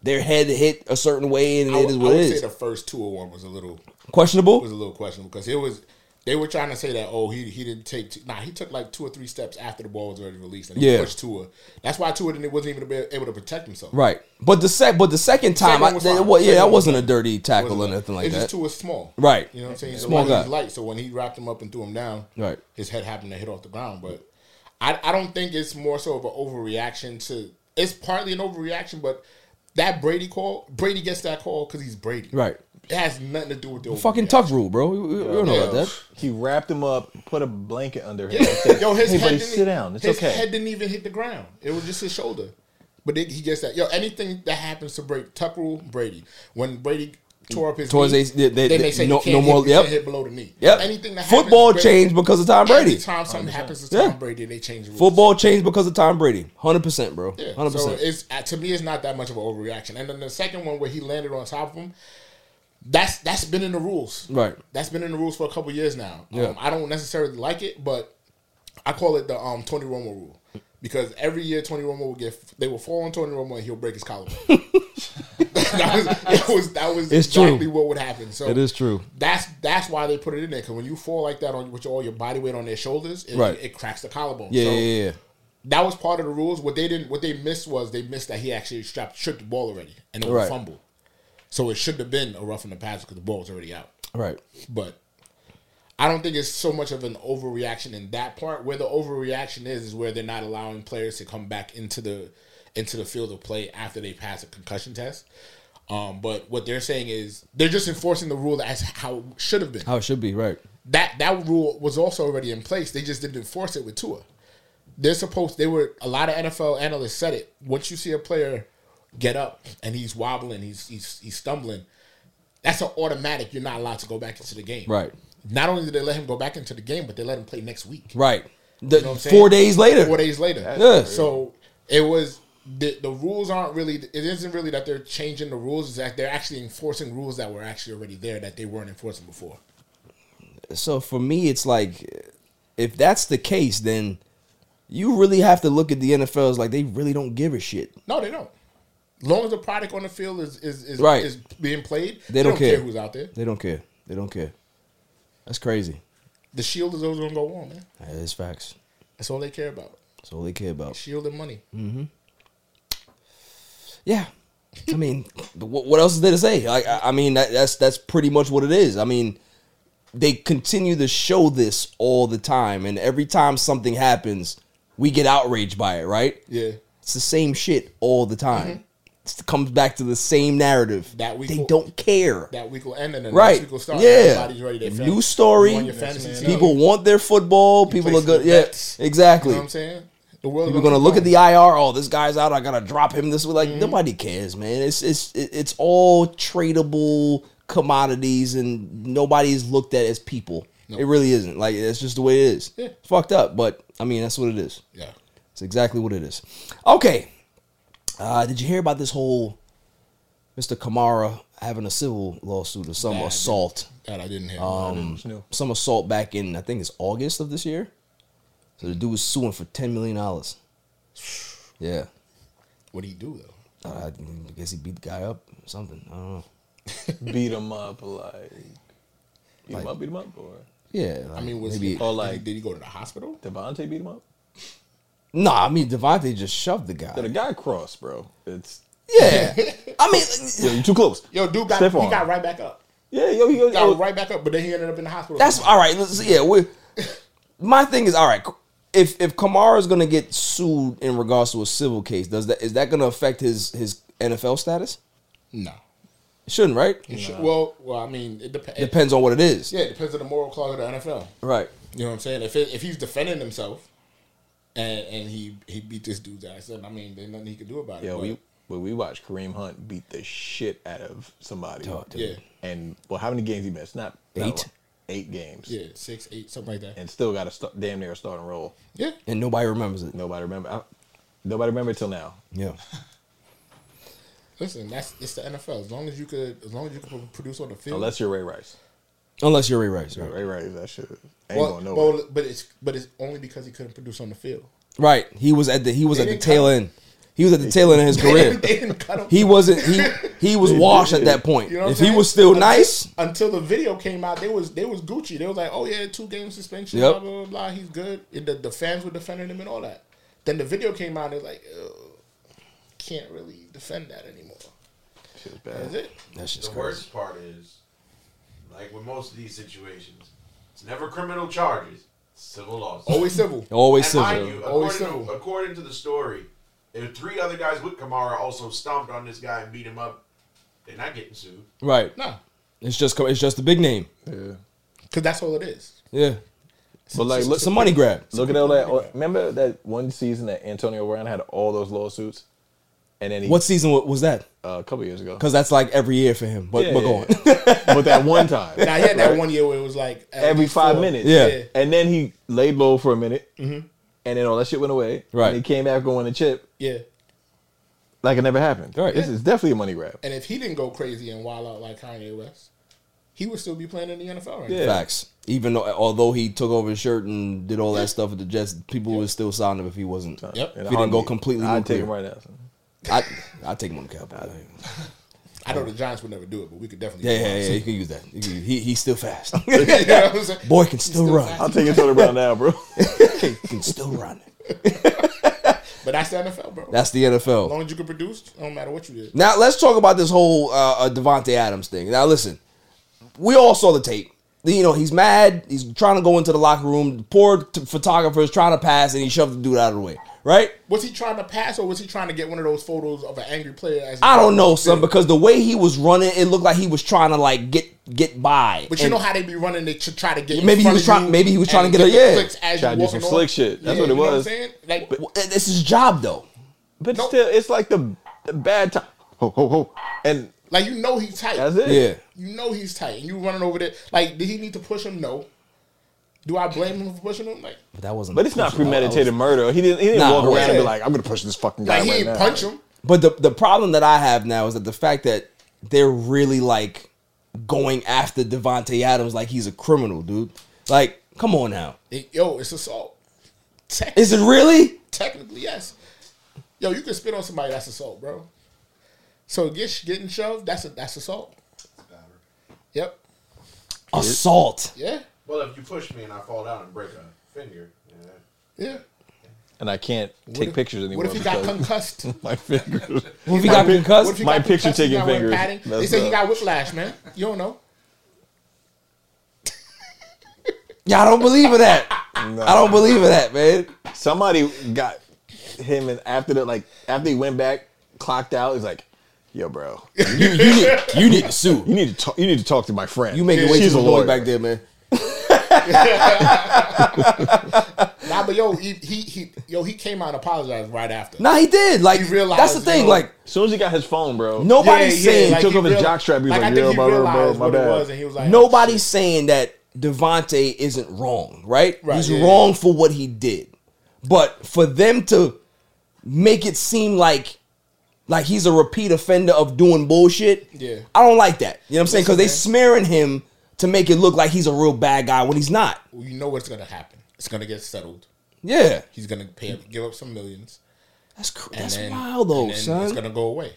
their head hit a certain way and I it would, is I what it would say is. the first 201 was a little Questionable? Was a little questionable because it was they were trying to say that oh he he didn't take two, nah he took like two or three steps after the ball was already released and he Yeah. pushed Tua. That's why Tua didn't, wasn't even able- able to protect himself. Right. But the sec but the second Second time I, one was that- fine. well, yeah, Second that one was wasn't a fine. dirty tackle or Wasn't- nothing like it's that. just Tua small. Right. You know what I'm saying? He's Small small guy. He's light. So when he wrapped him up and threw him down, Right. his head happened to hit off the ground. But I, I don't think it's more so of an overreaction to. It's partly an overreaction, but that Brady call, Brady gets that call because he's Brady. Right. It has nothing to do with the Fucking tough rule, bro. We, we- we don't know about Yeah. that. He wrapped him up, put a blanket under him. and Yeah. said, Yo, his hey, head buddy, didn't, sit down. It's his okay. head didn't even hit the ground. It was just his shoulder. But it, he gets that. Yo, anything that happens to Brady, Tuck rule Brady. When Brady tore up his Tore his knee, AC they- they- then they- they say no- you can't no more- hit, you can't yep. hit below the knee. Yep. Anything that Football happens to Brady- changed because of Tom Brady. Every time something happens to Yeah. Tom Brady, they change the rules. Football changed because of Tom Brady. 100%, bro. Yeah. 100%. So it's uh, to me, it's not that much of an overreaction. And then the second one where he landed on top of him, that's that's been in the rules. Right. That's been in the rules for a couple years now. Yeah. Um, I don't necessarily like it, but I call it the um, Tony Romo rule because every year Tony Romo will get they will fall on Tony Romo and he'll break his [laughs] collarbone. that was that was, that was It's true. exactly what would happen. So It is true. That's that's why they put it in there because when you fall like that on with all your body weight on their shoulders, it, Right. it cracks the collarbone. yeah, so yeah, yeah. that was part of the rules. What they didn't, what they missed was they missed that he actually strapped, stripped the ball already, and it was Right. a fumble. So it should have been a rough in the pass because the ball was already out. Right. But I don't think it's so much of an overreaction in that part. Where the overreaction is is where they're not allowing players to come back into the into the field of play after they pass a concussion test. Um, but what they're saying is they're just enforcing the rule as how it should have been How Oh, it should be, right. that that rule was also already in place. They just didn't enforce it with Tua. They're supposed they were a lot of NFL analysts said it. Once you see a player get up and he's wobbling, he's he's he's stumbling, that's an automatic. You're not allowed to go back into the game. Right. Not only did they let him go back into the game, but they let him play next week. Right. The, You know what I'm saying? four days later. Four days later. Yeah. So it was the the rules aren't really. It isn't really that they're changing the rules. It's that they're actually enforcing rules that were actually already there that they weren't enforcing before. So for me, it's like, if that's the case, then you really have to look at the NFL as like they really don't give a shit. No, they don't. As long as the product on the field is is is, Right. is being played, They, don't, care. who's out there. They don't care. They don't care. That's crazy. The shield is always gonna go on, man. That is facts. That's all they care about. That's all they care about. Shield and money. Mm-hmm. Yeah, I mean, [laughs] what, what else is there to say? Like, I, I mean, that, that's that's pretty much what it is. I mean, they continue to show this all the time, and every time something happens, we get outraged by it, right? Yeah. Mm-hmm. It's the same shit all the time. It comes back to the same narrative. That week they will- don't care. That week will end and then right? next week will start. yeah. Everybody's ready. They fan- New story. you on your fantasy team. People want their football. People play are good. for the Yeah, bets. exactly. You know what I'm saying? The world People gonna keep look at going. the IR. Oh, this guy's out. I gotta drop him. This way, Mm-hmm. like nobody cares, man. It's it's it- it's all tradable commodities, and nobody's looked at as people. It really isn't. Like that's just the way it is. Yeah. It's fucked up, but I mean that's what it is. Yeah. it's exactly what it is. Okay, uh, did you hear about this whole Mr. Kamara having a civil lawsuit or some Nah, I didn't. assault? That I didn't hear. Um, some assault back in I think it's August of this year. So the dude was suing for ten million dollars. Yeah, What do you do though? Uh, I guess he beat the guy up or something. I don't know. beat him up, like. Beat him up, beat him up, or. Yeah, I mean, was maybe- he Or like? like- Did he go to the hospital? [laughs] Devontae beat him up? Nah, I mean Devontae just shoved the So the guy. guy crossed, bro. It's. Yeah, I mean, Yo, you too close. Yo, dude got Step he on. got right back up. Yeah, yo, yo, got right back up, but then he ended up in the hospital. That's all right. Let's, yeah, we. My thing is all right. If if Kamara's gonna get sued in regards to a civil case, does that is that gonna affect his his NFL status? No. It shouldn't, right? It should- well, well, I mean, it depends. Depends on what it is. Yeah, it depends on the moral clause of the NFL. Right. You know what I'm saying? If it, if he's defending himself, and and he he beat this dude's ass, then I mean, there's nothing he could do about it. Yeah, but- we but we watched Kareem Hunt beat the shit out of somebody. dude. And well, how many games he missed? Not not Eight? a lot. eight games. yeah, six, eight, something like that. And still got a start, damn near a starting role. Yeah, And nobody remembers it. Nobody remember. I, nobody remember it till now. Yeah. listen, that's it's the NFL. As long as you could, as long as you could produce on the field, Unless you're Ray Rice. Unless you're Ray Rice. Right. Ray Rice, that shit ain't well, going nowhere. well, but it's but it's only because he couldn't produce on the field. Right. He was at the he was They at the didn't tail cut end. He was at the tail end of his career. [laughs] they didn't cut him. He wasn't he [laughs] he was washed at that point. You know what If I'm he saying? was still Until- nice, until the video came out, they was they was Gucci. They was like, oh yeah, two game suspension, Yep. blah blah blah. blah. He's good. And the, the fans were defending him and all that. Then the video came out. They're like, "Ugh, can't really defend that anymore. Shit was Is bad. it? that's just the worst part is, like with most of these situations, it's never criminal charges, it's civil lawsuits. Always civil. always and civil. mind you, uh, Always according to, civil. according to the story, if three other guys with Kamara also stomped on this guy and beat him up, they're not getting sued. Right. No, It's just it's just a big name. Yeah. because that's all it is. Yeah. But like, Look, look, some money grab. look at all that. uh, Remember that one season that Antonio Brown had all those lawsuits, and then he What season wa- was that? uh, a couple years ago. Because that's like every year for him. But Yeah, but yeah, go on. yeah. but that one time, Now he had that one year where it was like at every least five four. minutes. Yeah. And then he laid low for a minute, Mm-hmm. and then all that shit went away. Right. And he came back going to chip yeah. like it never happened. Right. This is definitely a money grab. And if he didn't go crazy and wild out like Kanye West, he would still be playing in the NFL right [laughs] Yeah. Facts. Even though although he took over his shirt and did all that stuff at the Jets, people would still sign him if he wasn't. now. Yep. And If he didn't go I'd- completely I'd take nuclear. him right now. I I take him on the Cowboys. I know the Giants would never do it, but we could definitely. Yeah, yeah, yeah. You can use that. You can, he he's still fast. [laughs] yeah. [laughs] you know what I'm saying? Boy can still, still run. fast. I'll take Antonio Brown now, bro. He can still run. But that's the NFL, bro. That's the NFL. as long as you can produce, it don't matter what you did. Now let's talk about this whole uh, uh, Devonte Adams thing. Now listen, we all saw the tape. You know he's mad. He's trying to go into the locker room. The poor t- photographer is trying to pass, and he shoved the dude out of the way. Right? Was he trying to pass or was he trying to get one of those photos of an angry player? As I don't know, son, because the way he was running, it looked like he was trying to like get get by. But you And- know how they be running to tr- try to get. in Maybe he front was of trying- you maybe he was and trying to get a- the yeah. clicks as Trying you to do some walking slick off. shit. That's Yeah, what it you know was. I'm saying? Like, Well, That's his job, though. [laughs] But Nope. still, it's like the, the bad time. Ho ho ho, and like you know he's tight. that's it. Yeah. You know he's tight, and you running over there. Like, did he need to push him? No. Do I blame him for pushing him? Like, But that wasn't. But it's not premeditated murder. He didn't. He didn't Nah, walk around and yeah. be like, "I'm gonna push this fucking guy." like he right didn't now. punch him. But the the problem that I have now is that the fact that they're really like going after Devonte Adams like he's a criminal, dude. Like, come on now. It- yo, it's assault. Tech- Is it really? Technically, yes. Yo, you can spit on somebody. That's assault, bro. So get, getting shoved. That's a, that's assault. Yep. Assault. Yeah. Well, if you push me and I fall down and break a finger, yeah. Yeah. And I can't take if- pictures anymore. What if he got because concussed? What [laughs] My fingers. What if he got if concussed? he My got picture concussed, he taking got wearing fingers padding? They messed say he up. got whiplash, man. You don't know. Y'all don't believe in that. [laughs] I don't believe in that, man. Somebody got him, and after the like, after he went back, clocked out. He's like, "Yo, bro, You, you need you need to you sue. need to talk. You need to talk to my friend. You making way She's too a much noise lawyer back there, man. Nah, but yo, he, he he yo he came out and apologized right after. Nah, he did. Like He realized, that's the thing. yo. Like As soon as he got his phone, bro. nobody's Yeah, yeah, saying He took he off his real- jock strap. He was I like, think "Yo, he bro, bro, realized my what it bad." was, and he was like, nobody's saying that Devonte isn't wrong, right? Right, He's yeah, yeah. wrong for what he did, but for them to make it seem like like he's a repeat offender of doing bullshit, Yeah. I don't like that. You know what I'm saying? Because they smearing him to make it look like he's a real bad guy when he's not. "Well, you know what's gonna happen. It's gonna get settled. Yeah, He's gonna pay give up some millions. that's cr- and that's then- wild though, and then son. It's gonna go away.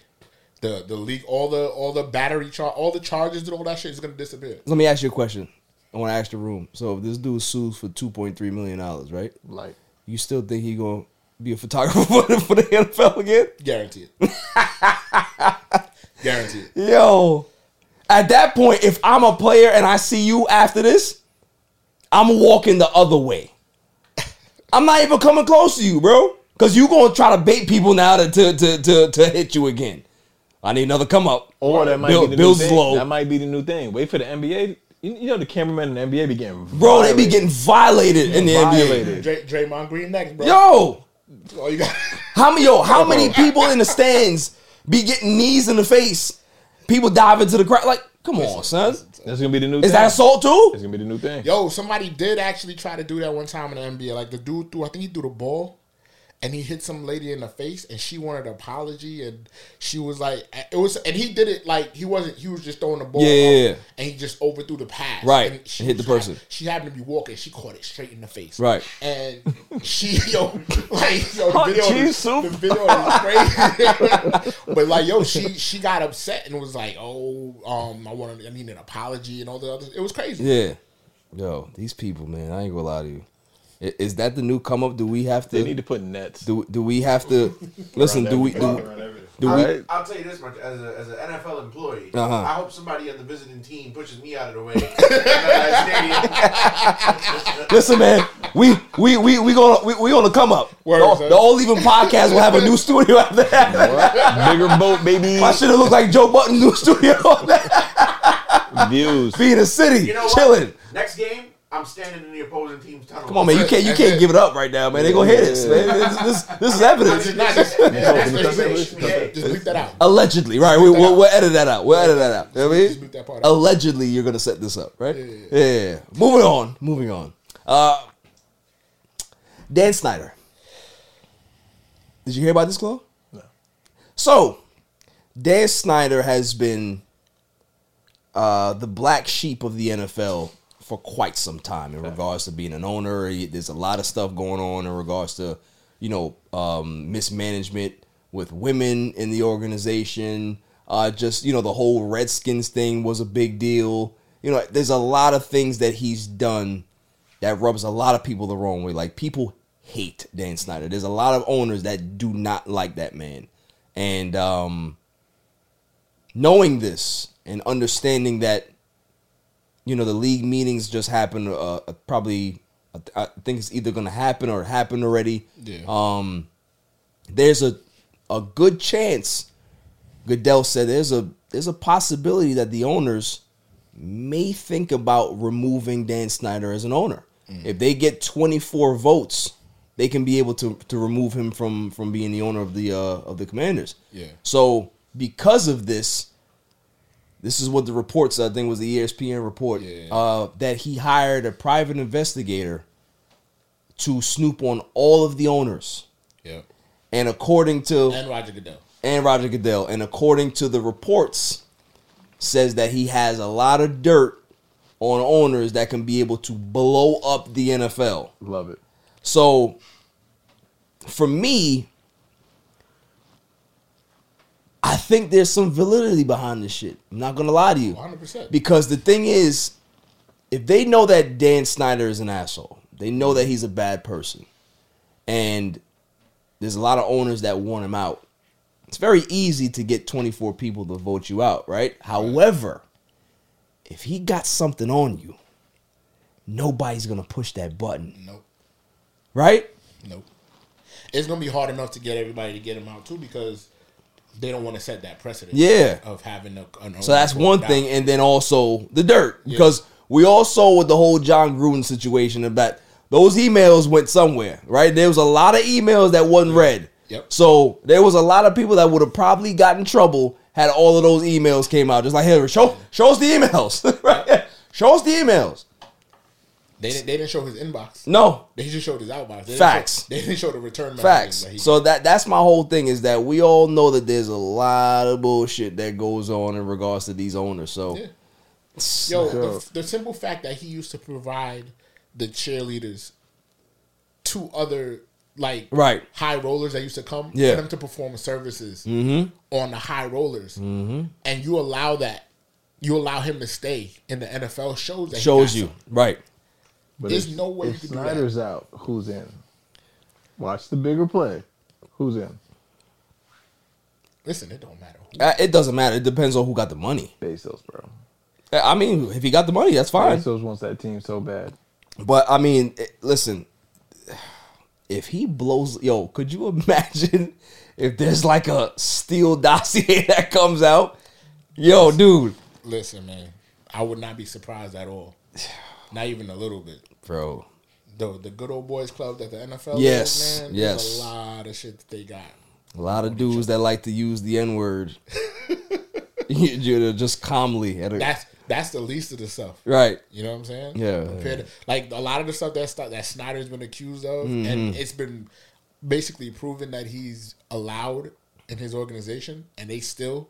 The the leak, all the all the battery char, all the charges and all that shit is gonna disappear. Let me ask you a question. I want to ask the room. So if this dude sues for two point three million dollars, right? Like, You still think he gonna be a photographer [laughs] for the, for the NFL again? [laughs] Guaranteed. Guaranteed. Yo, At that point, if I'm a player and I see you after this, I'm walking the other way. I'm not even coming close to you, bro. Cause you gonna try to bait people now to to to to, to hit you again. I need another come up. Or that might Bill, be the Bill new slow. Thing. That might be the new thing. Wait for the NBA. You, you know the cameraman in the NBA be getting Bro, they be getting violated in the Violated. Dray, Draymond Green next, bro. NBA. Yo, Oh, you got How many yo? How many people in the stands be getting knees in the face? People dive into the crowd. Like, come on, son. That's gonna be the new. Is thing. that assault That's too? gonna be the new thing. Yo, somebody did actually try to do that one time in the NBA. Like the dude threw, I think he threw the ball, and he hit some lady in the face, and she wanted an apology, and she was like, it was, and he did it like he wasn't, he was just throwing the ball, Yeah, yeah, up, yeah. and he just overthrew the pass, Right, and and hit the was- person. she happened to be walking, she caught it straight in the face, Right. and she [laughs] yo, like yo, the Hot video, cheese is, soup. the video is crazy, [laughs] but like yo, she she got upset and was like, oh, um, I want, I need an apology and all the other, it was crazy, Yeah. Yo, these people, man. I ain't gonna lie to you. I- Is that the new come up? Do we have They to? need to put nets. do do we have to? Listen, do we do? do I'll, we? I'll tell you this much: as, a, as an NFL employee, Uh-huh. I hope somebody on the visiting team pushes me out of the way. [laughs] Stadium. Listen, man. We [laughs] we we we gonna we, we gonna come up. Word, the, son. the All Even podcast will have a new studio after that. [laughs] Bigger boat, [laughs] baby. My shit look like Joe Button new [laughs] studio. Views. Be in the city, you know what? chilling. Next game, I'm standing in the opposing team's tunnel. Come on, man. You can't you can't give it up right now, man. They gonna hear this, man. This, this, this is It's evidence. not just- that's what he said, yeah. Just bleep that out. Allegedly, right? We, we'll, we'll edit that out. We'll edit that out. You know what I mean? Just bleep that part out. Allegedly, you're gonna set this up, right? Yeah. Moving on. Moving on. Uh, Dan Snyder. Did you hear about this, Chloe? No. So, Dan Snyder has been uh, the black sheep of the NFL for quite some time in regards to being an owner. He- There's a lot of stuff going on in regards to, you know, um, mismanagement with women in the organization. Uh, just, you know, the whole Redskins thing was a big deal. You know, there's a lot of things that he's done that rubs a lot of people the wrong way. Like, people hate Dan Snyder. There's a lot of owners that do not like that man. And, um, knowing this and understanding that you know the league meetings just happened uh, uh, probably I I think it's either going to happen or it happened already Yeah. um there's a a good chance Goodell said there's a there's a possibility that the owners may think about removing Dan Snyder as an owner. Mm. If they get 24 votes, they can be able to to remove him from from being the owner of the uh, of the Commanders. Yeah. So because of this, this is what the reports I think was the E ESPN report Yeah. uh, that he hired a private investigator to snoop on all of the owners. Yeah. And according to And Roger Goodell. and Roger Goodell. And according to the reports, says that he has a lot of dirt on owners that can be able to blow up the NFL. Love it. So for me, I think there's some validity behind this shit. I'm not gonna lie to you. 100%. Because the thing is, if they know that Dan Snyder is an asshole, they know that he's a bad person, and there's a lot of owners that want him out. It's very easy to get 24 people to vote you out, right? However, if he got something on you, nobody's gonna push that button, Nope. right? Nope. It's gonna be hard enough to get everybody to get him out too because they don't want to set that precedent. Yeah. Of having a. An So that's one thing, and then also the dirt because we all saw with the whole John Gruden situation of that those emails went somewhere, right? There was a lot of emails that wasn't read. Yep. So there was a lot of people that would have probably gotten in trouble had all of those emails came out. Just like, hey, show show us the emails, [laughs] right? Show us the emails. They didn't. They didn't show his inbox. No, They just showed his outbox. They didn't Facts. show- they didn't show the return. messages Facts. that he- So that that's my whole thing is that we all know that there's a lot of bullshit that goes on in regards to these owners. So Yeah. Yo, the, the simple fact that he used to provide the cheerleaders to other like Right. high rollers that used to come Yeah. Mm-hmm. for them to perform services on the high rollers, and you allow that, you allow him to stay in the NFL shows that he shows got you some. right. But There's if- no way if you can do that. Snyder's out. Who's in? Watch the bigger play. Who's in? Listen, it don't matter. who. Uh, it doesn't matter. It depends on who got the money. Uh, Bezos, bro. I mean, if he got the money, that's fine. Bezos wants that team so bad. But I mean, eh, listen, if he blows, yo, could you imagine [laughs] if there's like a steel [laughs] dossier that comes out? Yo, dude, Listen, man, I would not be surprised at all. [sighs] Not even a little bit. bro, The the good old boys club that the NFL. Yes, is, man, yes. There's a lot of shit that they got. a lot of dudes that like to use the N word, [laughs] you know, just calmly at a That's that's the least of the stuff. right. You know what I'm saying? Yeah. Compared to- like a lot of the stuff that stuff that Snyder's been accused of, and Mhm. it's been basically proven that he's allowed in his organization, and they still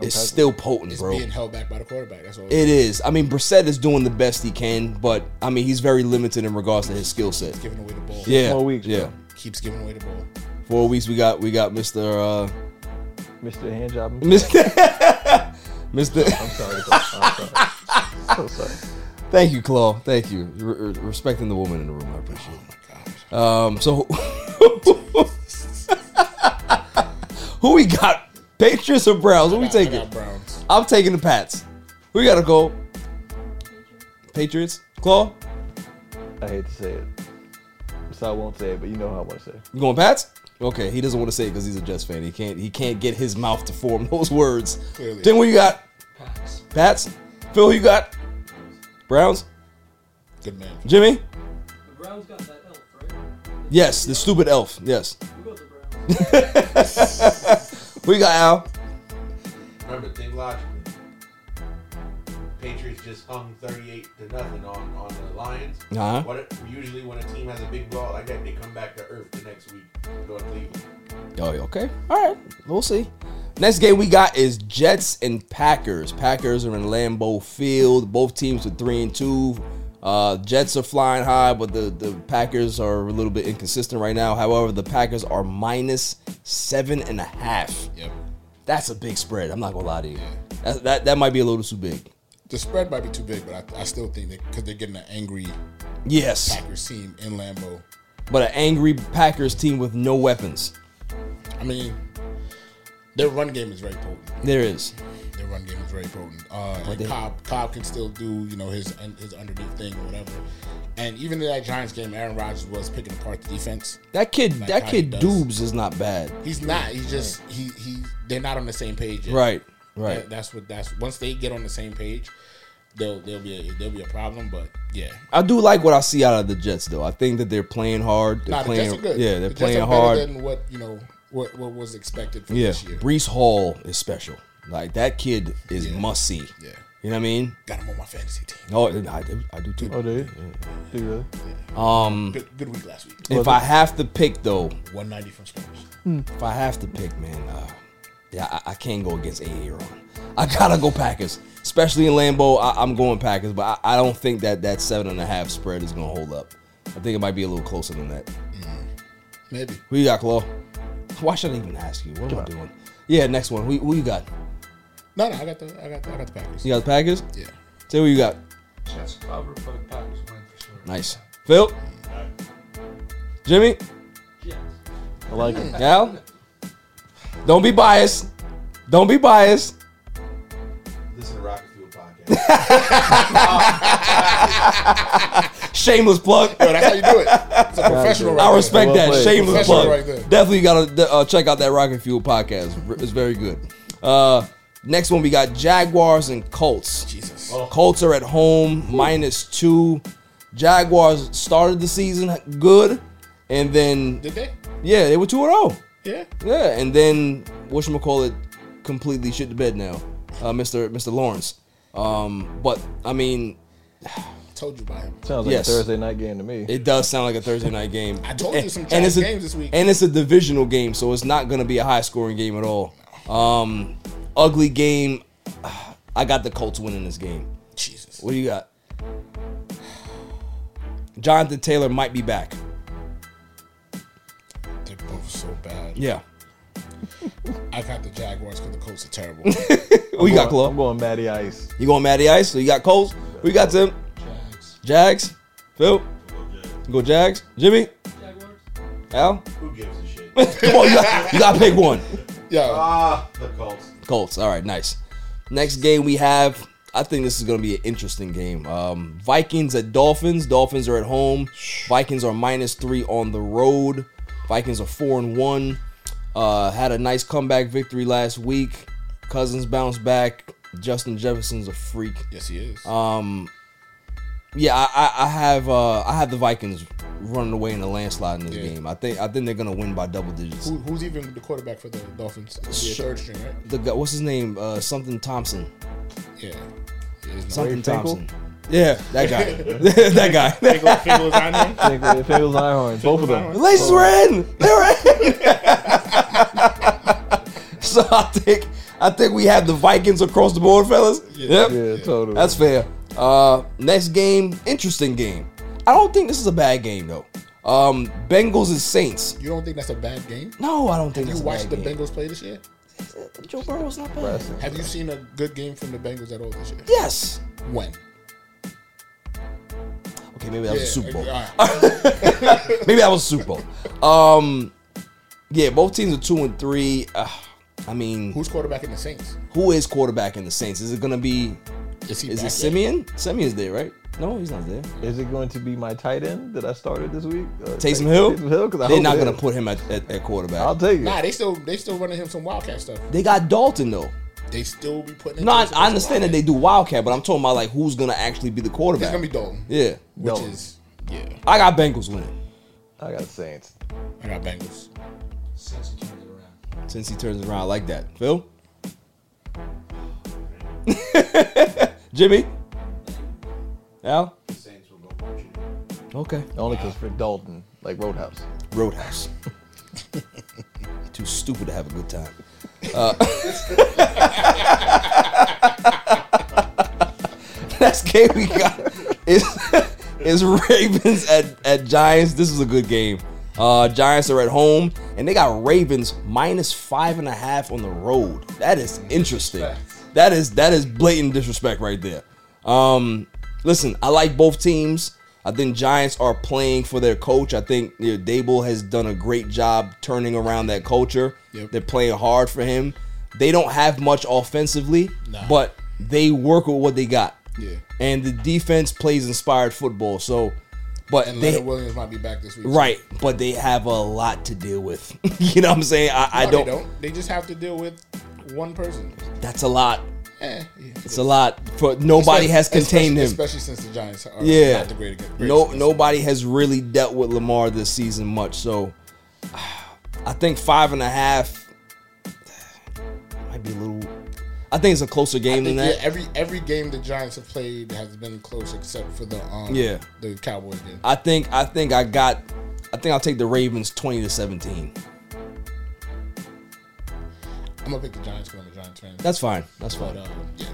is Okay. still potent, It's bro. being held back by the quarterback. That's all. It is. I mean, Brissett is doing the best he can, but I mean he's very limited in regards to his skill set. Giving away the ball. Yeah, Yeah, Keeps giving away the ball. four weeks. We got we got Mister. Uh, [laughs] Mr. Handjob. Mr. Mr. I'm sorry. I'm [laughs] sorry. So sorry. Thank you, Claw. Thank you. Re- re- respecting the woman in the room, I appreciate it. Um, so [laughs] who we got? Patriots or Browns? Who we taking? Browns. I'm taking the Pats. We gotta go. Patriots. Claw. I hate to say it. So I won't say it, but you know how I want to say it. You going Pats? Okay, he doesn't want to say it because he's a Jets fan. He can't. He can't get his mouth to form [laughs] those words. Clearly. Then what you got? Pats. Phil, who you got? Browns. Good man. Jimmy. Yes, the stupid elf. Yes. [laughs] we got Al. Remember, think logically. Patriots just hung 38 to nothing on, on the Lions. Uh-huh. What if- usually when a team has a big blowout like that, they come back to earth the next week and go to Cleveland. Oh, okay. All right. We'll see. Next game we got is Jets and Packers. Packers are in Lambeau Field. Both teams are three and two. Uh, Jets are flying high, but the, the Packers are a little bit inconsistent right now. However, the Packers are minus seven and a half. Yep. That's a big spread. I'm not gonna lie to you. That, that that might be a little too big. The spread might be too big, but I, I still think that because they're getting an angry Yes. Packers team in Lambeau. But an angry Packers team with no weapons. I mean, their run game is very potent. There is. Their run game is very potent. Uh, But and they- Cobb, Cobb can still do you know his un- his underneath thing or whatever. And even in that Giants game, Aaron Rodgers was picking apart the defense. That kid, Like that how he kid, does. Dubes is not bad. He's not. He's just he he. They're not on the same page. Yet. Right, right. That- that's what. That's once they get on the same page, they'll they'll be a, they'll be a problem. But yeah, I do like what I see out of the Jets, though. I think that they're playing hard. They're nah, the playing, Jets are good. yeah, they're The Jets playing are better hard. than what you know what what was expected for yeah, this year. Brees Hall is special. Like that kid is must see. Yeah, you know what I mean. Got him on my fantasy team. Oh, and I do, I do too. Oh, do you? Do you really? Um, Good- good week last week. If Was I it? have to pick, though, 190 from scores. If I have to pick, man, uh, yeah, I, I can't go against Aaron. I gotta go Packers, especially in Lambeau. I, I'm going Packers, but I, I don't think that that seven and a half spread is gonna hold up. I think it might be a little closer than that. Maybe. Who you got, Claw? Why should I even ask you? What am I doing? Yeah, next one. Who, who you got? No, no, I got the I got the, I got the Packers. You got the Packers? Yeah. Say who you got. Jets cover, but Packers win for sure. Nice. Phil? Jimmy? I like him. [laughs] Al? Don't be biased. Don't be biased. Listen to Rockets shameless plug. [laughs] that's how you do it. It's a professional. right I there. respect that. Shameless Professional plug. right there. Definitely got to uh, check out that Rocket Fuel podcast. R- It's very good. Uh, next one, we got Jaguars and Colts. Jesus. Oh, Colts are at home, minus two. Jaguars started the season good, and then. Did they? Yeah, they were 2 0. Yeah. Yeah, and then whatchamacallit completely shit the bed now, uh, Mr. Mr. Lawrence. Um, but, I mean, Told you about him. Sounds like a Thursday night game to me. it does sound like a Thursday night game. I told you some it's trash a- games this week. And it's a divisional game, so it's not going to be a high scoring game at all. Um, ugly game. [sighs] I got the Colts winning this game. Jesus. What do you got? [sighs] Jonathan Taylor might be back. They're both so bad. Yeah. I've had the Jaguars because the Colts are terrible. [laughs] What you got, Chloe? I'm going Matty Ice. You going Matty Ice? So you got Colts? We got Tim? Jags. Jags? Phil? You go Jags? Jimmy? Jaguars. Al? [laughs] Who gives a shit? Come on, you got, you got to pick one. Yeah. Ah, the Colts. Colts. All right, nice. Next game we have. I think this is going to be an interesting game. Um, Vikings at Dolphins. Dolphins are at home. Vikings are minus three on the road. Vikings are four and one. Uh, had a nice comeback victory last week. Cousins bounced back. Justin Jefferson's a freak. Yes, he is. Um, yeah, I, I, I have uh, I have the Vikings running away in a landslide in this game. I think I think they're gonna win by double digits. Who, who's even the quarterback for the Dolphins? It'd be a Sure. third string, right? The guy, what's his name? Uh, something Thompson. Yeah. Yeah, he's not- Something Wade Finkel? Thompson. Yeah, that guy. [laughs] that guy. Finkel- Finkel was on there? Finkel- Finkel was on there. Both of them. The Lakers were in. They were in. [laughs] so I think I think we have the Vikings across the board, fellas. Yeah. yep. Yeah, totally. That's fair. Uh, next game, interesting game. I don't think this is a bad game though. Um, Bengals and Saints. You don't think that's a bad game? No, I don't think Have you that's a watched bad the game. Bengals play this year? Joe Burrow's not bad. Have you seen a good game from the Bengals at all this year? Yes. When? Okay, maybe that was a Yeah, Super Bowl. [laughs] all right. maybe that was a Super Bowl. Um, yeah, both teams are two and three. Uh, I mean, Who's quarterback in the Saints? who is quarterback in the Saints? Is it gonna be? Is he? Is back it yet? Simeon? Simeon's there, right? No, he's not there. Is it going to be my tight end that I started this week? Uh, Taysom Hill. Taysom Hill. 'Cause I They're hope not it gonna is. put him at, at, at quarterback. I'll take it. Nah, they still they still running him some Wildcat stuff. They got Dalton though. They still be putting. No, I, I understand that they do Wildcat, but I'm talking about like who's gonna actually be the It's quarterback. gonna be Dalton, yeah, which Dalton. is yeah. I got Bengals winning I got Saints. I got Bengals. since he turns around like that. Phil, [laughs] Jimmy, Al. The Saints will go marching. in. Okay. Only because Rick Dalton, like Roadhouse. Roadhouse. [laughs] Too stupid to have a good time. [laughs] Uh, next game we got is, [laughs] is Ravens at, at Giants. This is a good game. Uh, Giants are at home, and they got Ravens minus five and a half on the road. That is interesting. That is that is blatant disrespect right there. Um, listen, I like both teams. I think Giants are playing for their coach. I think you know, Dable has done a great job turning around that culture. Yep. They're playing hard for him. They don't have much offensively, Nah. but they work with what they got. Yeah. And the defense plays inspired football. So, but And they Leonard Williams might be back this week. right, but they have a lot to deal with. [laughs] you know what I'm saying? I, I No, don't, They don't. They just have to deal with one person. That's a lot. Eh, yeah. It's a lot. For nobody has contained him. especially since the Giants are yeah. not the great- greatest. no, nobody has really dealt with Lamar this season much. So [sighs] I think five and a half [sighs] might be a little. I think it's a closer game than Yeah, that. every every game the Giants have played has been close except for the um Yeah. the Cowboys game. I think. I think I got. I think I'll take the Ravens twenty to seventeen. I'm gonna pick the Giants because I'm a Giants fan. That's fine. That's but fine. uh, yeah,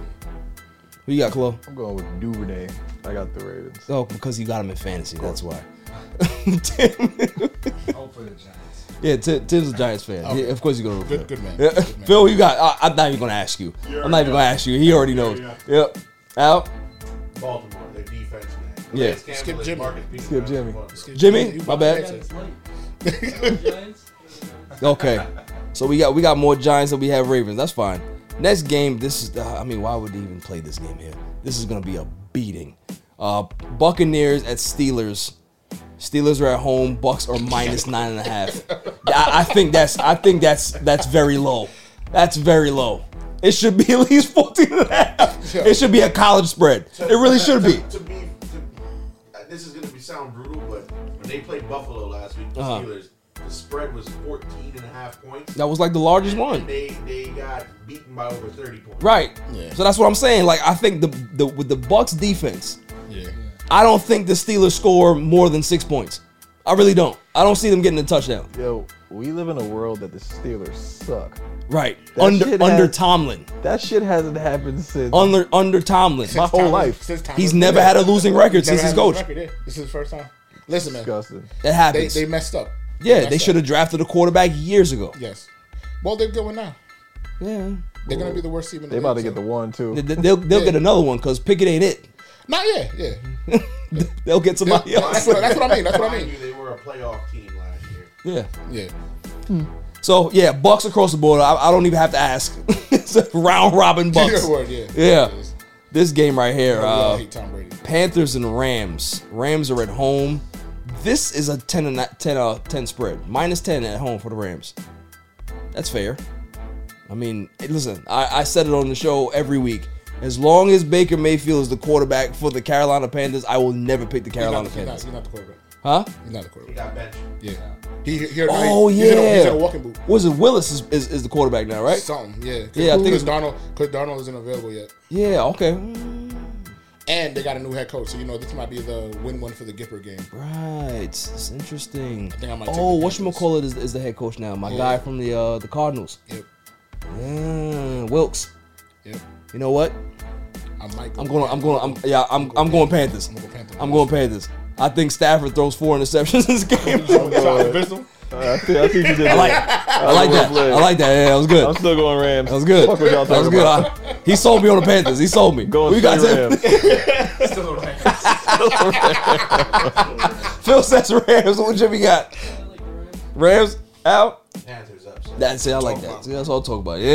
Who you got, Chloe? I'm going with Duvernay. I got the Ravens. Oh, because you got him in fantasy. That's [laughs] why. [laughs] Tim. Hopefully the Giants. Yeah, Tim, Tim's a Giants fan. Okay. Yeah, of course you're gonna. root Good- for good them. man. Yeah. Good man. Phil, who you got. I, I'm not even gonna ask you. You I'm not even already gonna ask you. He already knows. know. Yep. Out. Baltimore, their defense, man. Yeah. Lance Campbell Skip is Jimmy. Marcus Peters. Skip Jimmy. Jimmy, You my about bad. to fix it. Okay. So we got we got more Giants than we have Ravens. That's fine. Next game, this is, uh, I mean, why would they even play this game here? This is going to be a beating. Uh, Buccaneers at Steelers. Steelers are at home. Bucks are minus nine and a half. I, I think that's I think that's that's very low. That's very low. It should be [laughs] at least 14 and a half. It should be a college spread. It really should be. To, to be to, uh, this is going to be sound brutal, but when they played Buffalo last week, the Uh-huh. Steelers, the spread was 14 and a half points. That was like the largest And one. They they got beaten by over 30 points. Right. So that's what I'm saying. Like I think the the with the Bucks defense, Yeah. I don't think the Steelers score more than six points. I really don't. I don't see them getting a touchdown. Yo, we live in a world that the Steelers suck. Right. That shit under under has- Tomlin. That shit hasn't happened since Under under [laughs] Tomlin. my whole life. He's never had a losing record since his his coach. This is the first time. Listen, man. Disgusting. It happens. They, they messed up. Yeah, messed they up. should have drafted a quarterback years ago. Yes. Well, they're going now. Yeah. They're going to be the worst team in the They about to league, get the one too. They, will they'll get another one because Pickett ain't it. so- Not yet. [laughs] Yeah. They'll get somebody Yeah, else. [laughs] that's what- that's what I mean, that's what I Mind you, they were a playoff team last year. Yeah. Yeah. So yeah, Bucks across the board. I, I don't even have to ask. [laughs] it's a round robin [laughs] Bucks. Yeah, word, yeah. Yeah. This game right here. Yeah, we all uh, hate Tom Brady. Panthers and Rams. Rams are at home. This is a 10 and a- 10 uh, 10 spread. Minus 10 at home for the Rams. That's fair. I mean, hey, listen, I, I said it on the show every week. As long as Baker Mayfield is the quarterback for the Carolina Panthers, I will never pick the He's not- Carolina he's not, Panthers. he's not the quarterback. Huh? He's not the quarterback. He got benched. Yeah. He, he, he, oh he's yeah, In a, he's in a walking boot. Was it Willis is, is, is the quarterback now, right? Something, yeah. Yeah, I think because it's Darnold, because Darnold isn't available yet, Yeah, okay. and they got a new head coach. So you know this might be the win one for the Gipper game. Right, it's interesting. think I might take oh, the what call it is, is the head coach now? My Yeah. guy from the uh, the Cardinals. Yep. Yeah, Wilkes. Yep. You know what? I might. Go I'm going. I'm going. I'm yeah. I'm. I'm going Panthers. I'm going Panthers. I'm going Panthers. I think Stafford throws four interceptions this [laughs] game. [laughs] I, think, I think you did [laughs] I [laughs] like. that. I like that. I like that. Yeah, that was good. I'm still going Rams. That was good. Fuck what y'all that was talking good. about. I- he sold me on the Panthers. He sold me. Going we got straight to Rams. Phil says Rams. What Jimmy got? Rams out. Panthers upset. That's it. I like that. See, that's all I'm talking about. Yeah,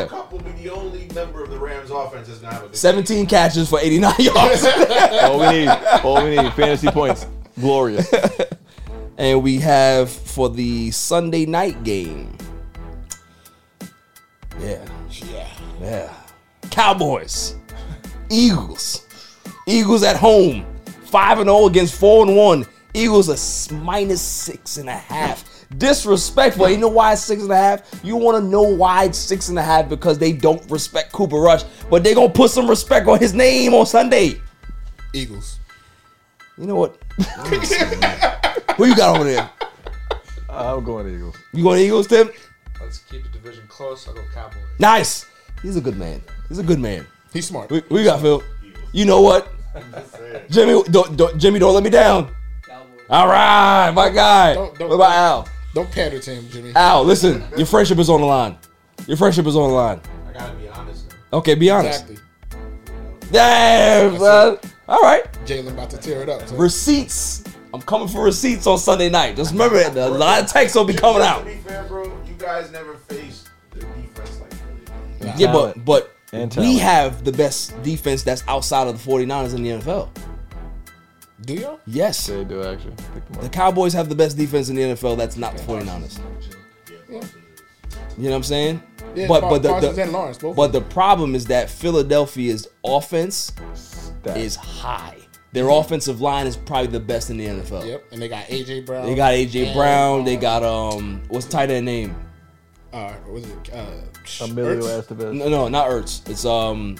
yeah. Cooper Cup will be the only member of the Rams offense that's gonna have a big 17 catches for 89 [laughs] yards. all we need, all we need, fantasy points. [laughs] Glorious. And we have for the Sunday night game. Yeah. Yeah. Yeah. Cowboys. Eagles. Eagles at home. 5 and 0 against 4 and 1. Eagles are s- minus six and a half. Disrespectful. You know why it's six and a half? You want to know why it's six and a half because they don't respect Cooper Rush, but they gonna put some respect on his name on Sunday. Eagles. You know what? [laughs] Who you got over there? I'm going Eagles. You going Eagles, Tim? Let's keep the division close. I'll go Cowboys. Nice. He's a good man. He's a good man. He's smart. We, we got Phil. You know what? Jimmy, don't, don't, Jimmy, don't let me down. All right, my guy. Don't- don't- what about Al? Don't pander to him, Jimmy. Al, listen, your friendship is on the line. Your friendship is on the line. I gotta be honest. Okay, be honest. Exactly. Damn, son. All right. Jalen about to tear it up. so- Receipts. I'm coming for receipts on Sunday night. Just remember, it. a lot of texts will be coming out. To be fair, bro, you guys never faced the defense like Philly. Yeah, but but And we talent. have the best defense that's outside of the 49ers in the NFL. Do y'all? Yes. They do actually. Pick them The up. Cowboys have the best defense in the NFL that's not the 49ers. You know what I'm saying? Yeah, but Par- but the, Parsons the and Lawrence, both of but the problem is that Philadelphia's offense is high. Their offensive line is probably the best in the NFL. Mm-hmm. Yep. And they got AJ Brown. They got AJ and, Brown. They got um what's tight end name? Uh, what was it? Uh, Emilio Ertz? Estevez. No, no, not Ertz. It's um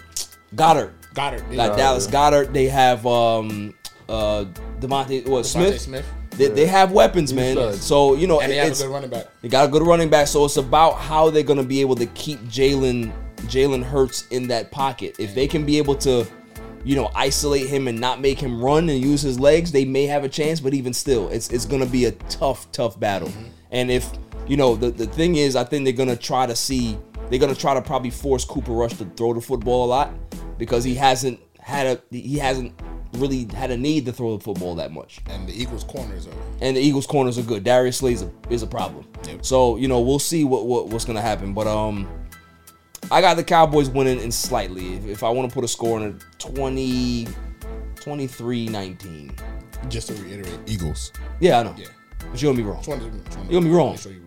Goddard. Goddard. Got yeah. Dallas Goddard. They have um uh Devontae what Smith. Smith. They, they have weapons, man. a stud. So you know And they have a it's good running back. They got a good running back, so it's about how they're gonna be able to keep Jalen Jalen Hurts in that pocket. If they can be able to, you know, isolate him and not make him run and use his legs, they may have a chance. But even still, it's it's gonna be a tough, tough battle. And if you know the the thing is, I think they're gonna try to see they're gonna try to probably force Cooper Rush to throw the football a lot because he hasn't had a he hasn't really had a need to throw the football that much And the Eagles corners are. and the Eagles corners are good. Darius Slay is a, is a problem. So you know we'll see what, what what's gonna happen. But um, I got the Cowboys winning in slightly. If, if I want to put a score in a 20, 23 19. Just to reiterate, Eagles. Yeah, I know. Yeah. But you're going to be wrong. Twenty- twenty- you're going to be wrong. make sure you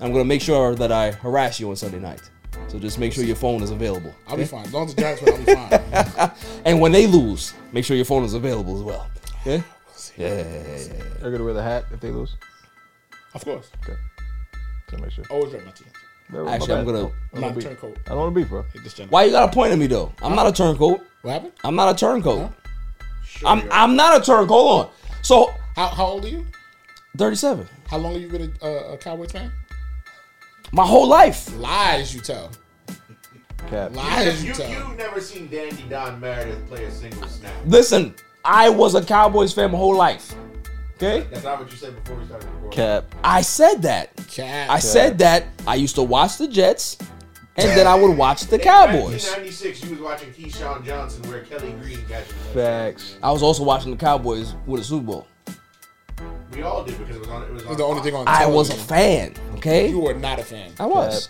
I'm going to make sure that I harass you on Sunday night. So just make sure your phone is available. I'll be okay? fine. As long as the Giants win, I'll be fine. [laughs] and when they lose, make sure your phone is available as well. Yeah? Yeah, They're gonna wear the hat if they lose. Of course. Okay. Just make sure. Always wear my team. Never mind, Actually, my I'm bad. gonna- I don't Not wanna be- turncoat. I don't want to be, bro. Why you got to point at me though? I'm not a turncoat. What happened? I'm not a turncoat. I'm I'm not a turncoat. Hold on. So How, how old are you? 37. How long have you been a, uh, a Cowboys fan? My whole life. Lies you tell. Lies you, You, tell. you've never seen Dandy Don Meredith play a single snap. Listen, I was a Cowboys fan my whole life. Okay. That's not what you said before we started recording. I said that. Cap. I said that. I used to watch the Jets, and then I would watch the Cowboys. In 1996, you was watching Keyshawn Johnson where Kelly Green got you. Facts. I was also watching the Cowboys win a Super Bowl. We all did because it was on. It was on It's the only thing on I was a television. fan. Oh. Okay. You were not a fan. I was.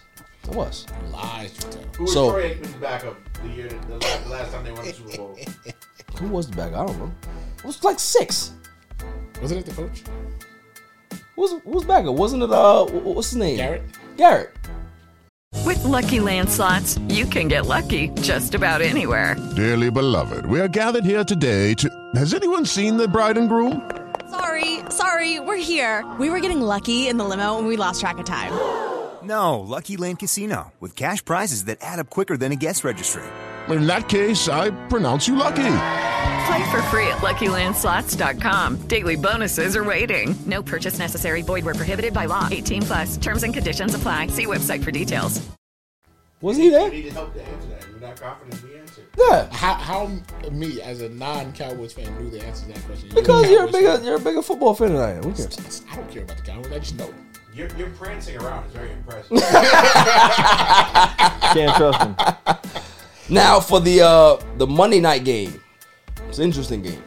I was. Lies you tell. Who was So- Troy Aikman's backup the year the last, the last time they won the [laughs] Super Bowl? Who was the back? I don't know. It was like six. Wasn't it the coach? Who was, who was back? Wasn't it uh? wh- wh- What's his name? Garrett. Garrett. With Lucky Land slots, you can get lucky just about anywhere. Dearly beloved, we are gathered here today to. Has anyone seen the bride and groom? Sorry, sorry, we're here. We were getting lucky in the limo and we lost track of time. No, Lucky Land Casino, with cash prizes that add up quicker than a guest registry. In that case, I pronounce you lucky. Play for free at LuckyLandSlots.com. Daily bonuses are waiting. No purchase necessary. Void were prohibited by law. 18 plus. Terms and conditions apply. See website for details. Was he there? You needed help to answer that. You're not confident in the answer. Yeah. How, how me as a non Cowboys fan knew the answer to that question? Because you're a Cowboys bigger fan. you're a bigger football fan than I am. Who cares? I don't care about the Cowboys. I just know. You're, you're prancing around. It's very [laughs] impressive. Can't trust him. Now for the uh the Monday night game. It's an interesting game.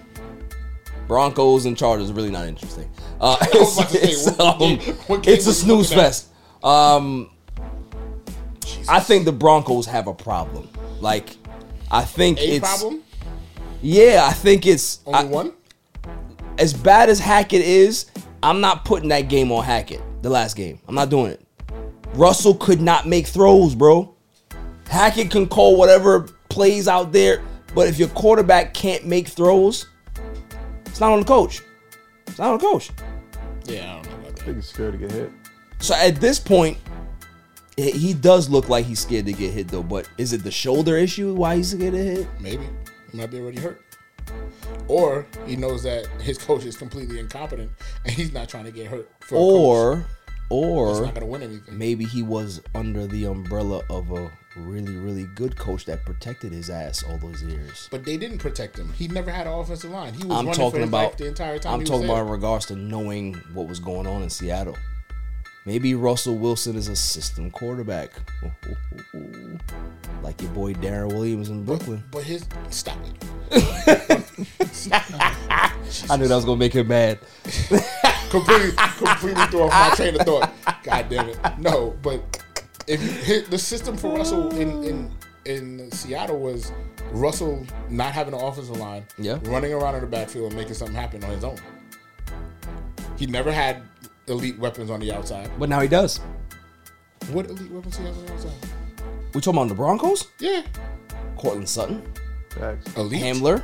Broncos and Chargers really not interesting. [laughs] Uh, it's, it's, um, it's a snooze fest. Um, I think the Broncos have a problem. Like, I think A it's problem? yeah. I think it's Only I- one? As bad as Hackett is, I'm not putting that game on Hackett. The last game, I'm not doing it. Russell could not make throws, bro. Hackett can call whatever plays out there, but if your quarterback can't make throws, it's not on the coach. It's not on the coach. Yeah, I don't know about that. I think he's scared to get hit. So at this point, it, he does look like he's scared to get hit though. But is it the shoulder issue why he's scared to hit? Maybe. He might be already hurt. Or he knows that his coach is completely incompetent and he's not trying to get hurt for a coach. Or, or That's not gonna win anything. maybe he was under the umbrella of a really, really good coach that protected his ass all those years. But they didn't protect him. He never had an offensive line. He was I'm running for talking his about life the entire time. I'm he talking was about in regards to knowing what was going on in Seattle. Maybe Russell Wilson is a system quarterback, [laughs] like your boy Darren Williams in Brooklyn. But his stop it. I knew that was gonna make him mad. completely, completely threw off my train of thought. God damn it. No, but if you hit the system for Russell in in in Seattle was Russell not having an offensive line, Yeah. running around in the backfield and making something happen on his own. He never had elite weapons on the outside. But now he does. What elite weapons he has on the outside? We talking about the Broncos? Yeah. Cortland Sutton, Elite. Hamler,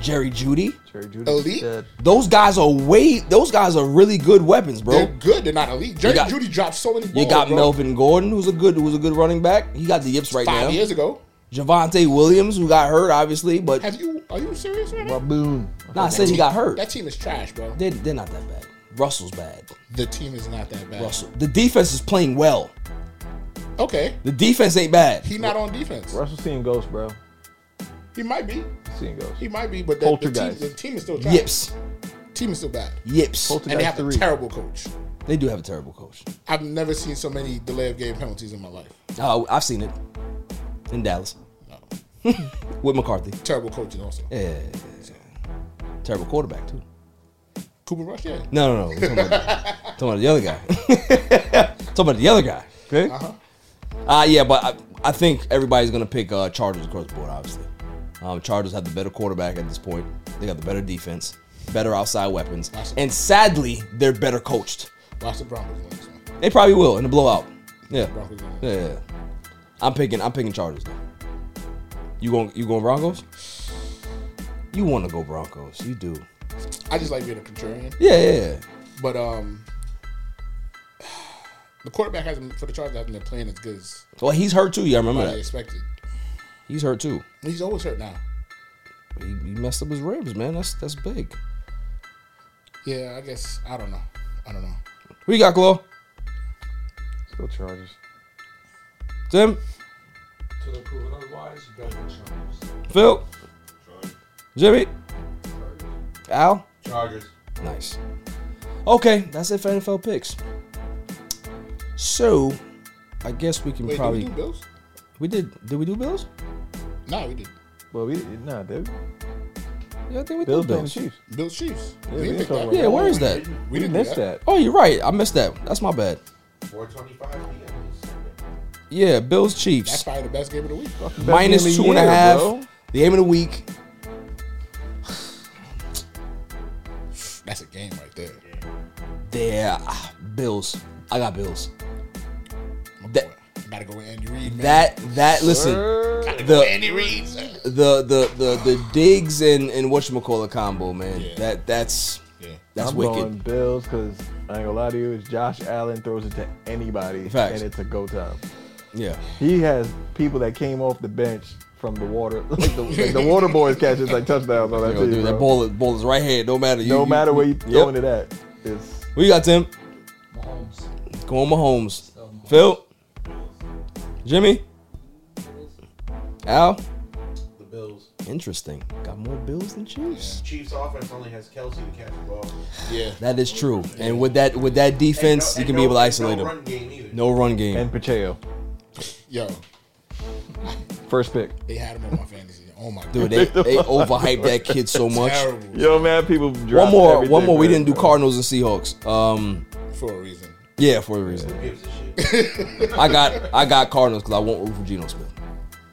Jerry Judy. Jerry Judy's Elite? dead. Those guys are way. Those guys are really good weapons, bro. They're good. They're not elite. Jerry got- Judy dropped so many. You balls, got bro. Melvin Gordon, who's a good who's a good running back. He got the yips right five now. years ago. Javante Williams, who got hurt, obviously, but Have you? Are you serious right now? Baboon. Nah, I That said he team- got hurt. That team is trash, bro. They, they're not that bad. Russell's bad. The team is not that bad. Russell. The defense is playing well. Okay, The defense ain't bad. he not on defense. Russell's seeing ghosts, bro. He might be. He's Seeing ghosts. He might be, but the, the, team, Poltergeist. the team is still trash. Yips. Team is still bad. Yips. And they have a terrible coach. They do have a terrible coach. I've never seen so many delay of game penalties in my life. Oh, I've seen it in Dallas with McCarthy. Terrible coaching also. Yeah. Terrible quarterback too. Cooper Rush, yeah. No, no, no. We're talking about, [laughs] talking about the other guy. talking about the other guy. Okay. Uh-huh. Uh yeah, but I, I think everybody's gonna pick uh, Chargers across the board. Obviously, um, Chargers have the better quarterback at this point. They got the better defense, better outside weapons, and sadly, they're better coached. Watch the Broncos win this one. They probably will in the blowout. Yeah, Broncos win. yeah, yeah. yeah. I'm picking. I'm picking Chargers though. You going? You going Broncos? You want to go Broncos? You do. I just like being a contrarian. Yeah, yeah, yeah. But um, [sighs] the quarterback hasn't for the Chargers hasn't been playing as good as Well, he's hurt too. Yeah, I remember I that. expected. He's hurt too. He's always hurt now. He, he messed up his ribs, man. That's that's big. Yeah, I guess I don't know. I don't know. Who you got, Glow? Still Chargers. Tim, Till they prove it otherwise, you better watch out. Phil, Jimmy, Al. Chargers. Nice. Okay, that's it for NFL picks. So, I guess we can Wait, probably did we do Bills? We did. Did we do Bills? No, we did. Well, we did nah, dude. Yeah, I think we Bills playing the did Bills. Chiefs. Bills Chiefs. Yeah, we we didn't did pick talk that. about Yeah, where is We that? didn't- we didn't do missed that. Oh, you're right. I missed that. That's my bad. 425 p.m. Yeah, Bills That's Chiefs probably the best game of the week. minus game of two the and a year, half. bro. The game of the week. [sighs] That's a game right there. There, ah, Bills. I got Bills. That Gotta go with Andy Reid. man. that that. Listen, Gotta go with Andy the Reid. sir. the the the the digs and and what combo, man. Yeah. That that's that's I'm wicked. going Bills because I ain't gonna lie to you. It's Josh Allen throws it to anybody, Facts. and it's a go time. Yeah. He has people that came off the bench from the water, [laughs] like the, like the water boys catches like touchdowns on that Yo, team. dude, that bro. ball is, ball is right here. No matter. no matter where you yep. throwing it at, it's What you got, Tim? Mahomes. Going Mahomes. Phil? Jimmy? Al? The Bills. Interesting. Got more Bills than Chiefs. Chiefs offense only has Kelsey to catch the ball. Yeah. That is true. And with that with that defense, And you can no- be able to and no isolate them. run game either. No run game. and Pacheco. Yo, First pick. they had him on my fantasy. Oh my Dude, god. [laughs] they, they overhyped that kid so much. Terrible. Yo, man, people. One dropped more, everything one more. We for didn't do him, bro. Cardinals and Seahawks. Um, For a reason. yeah, for a reason. Who gives a [laughs] shit? I got, I got Cardinals because I won't root for Geno Smith.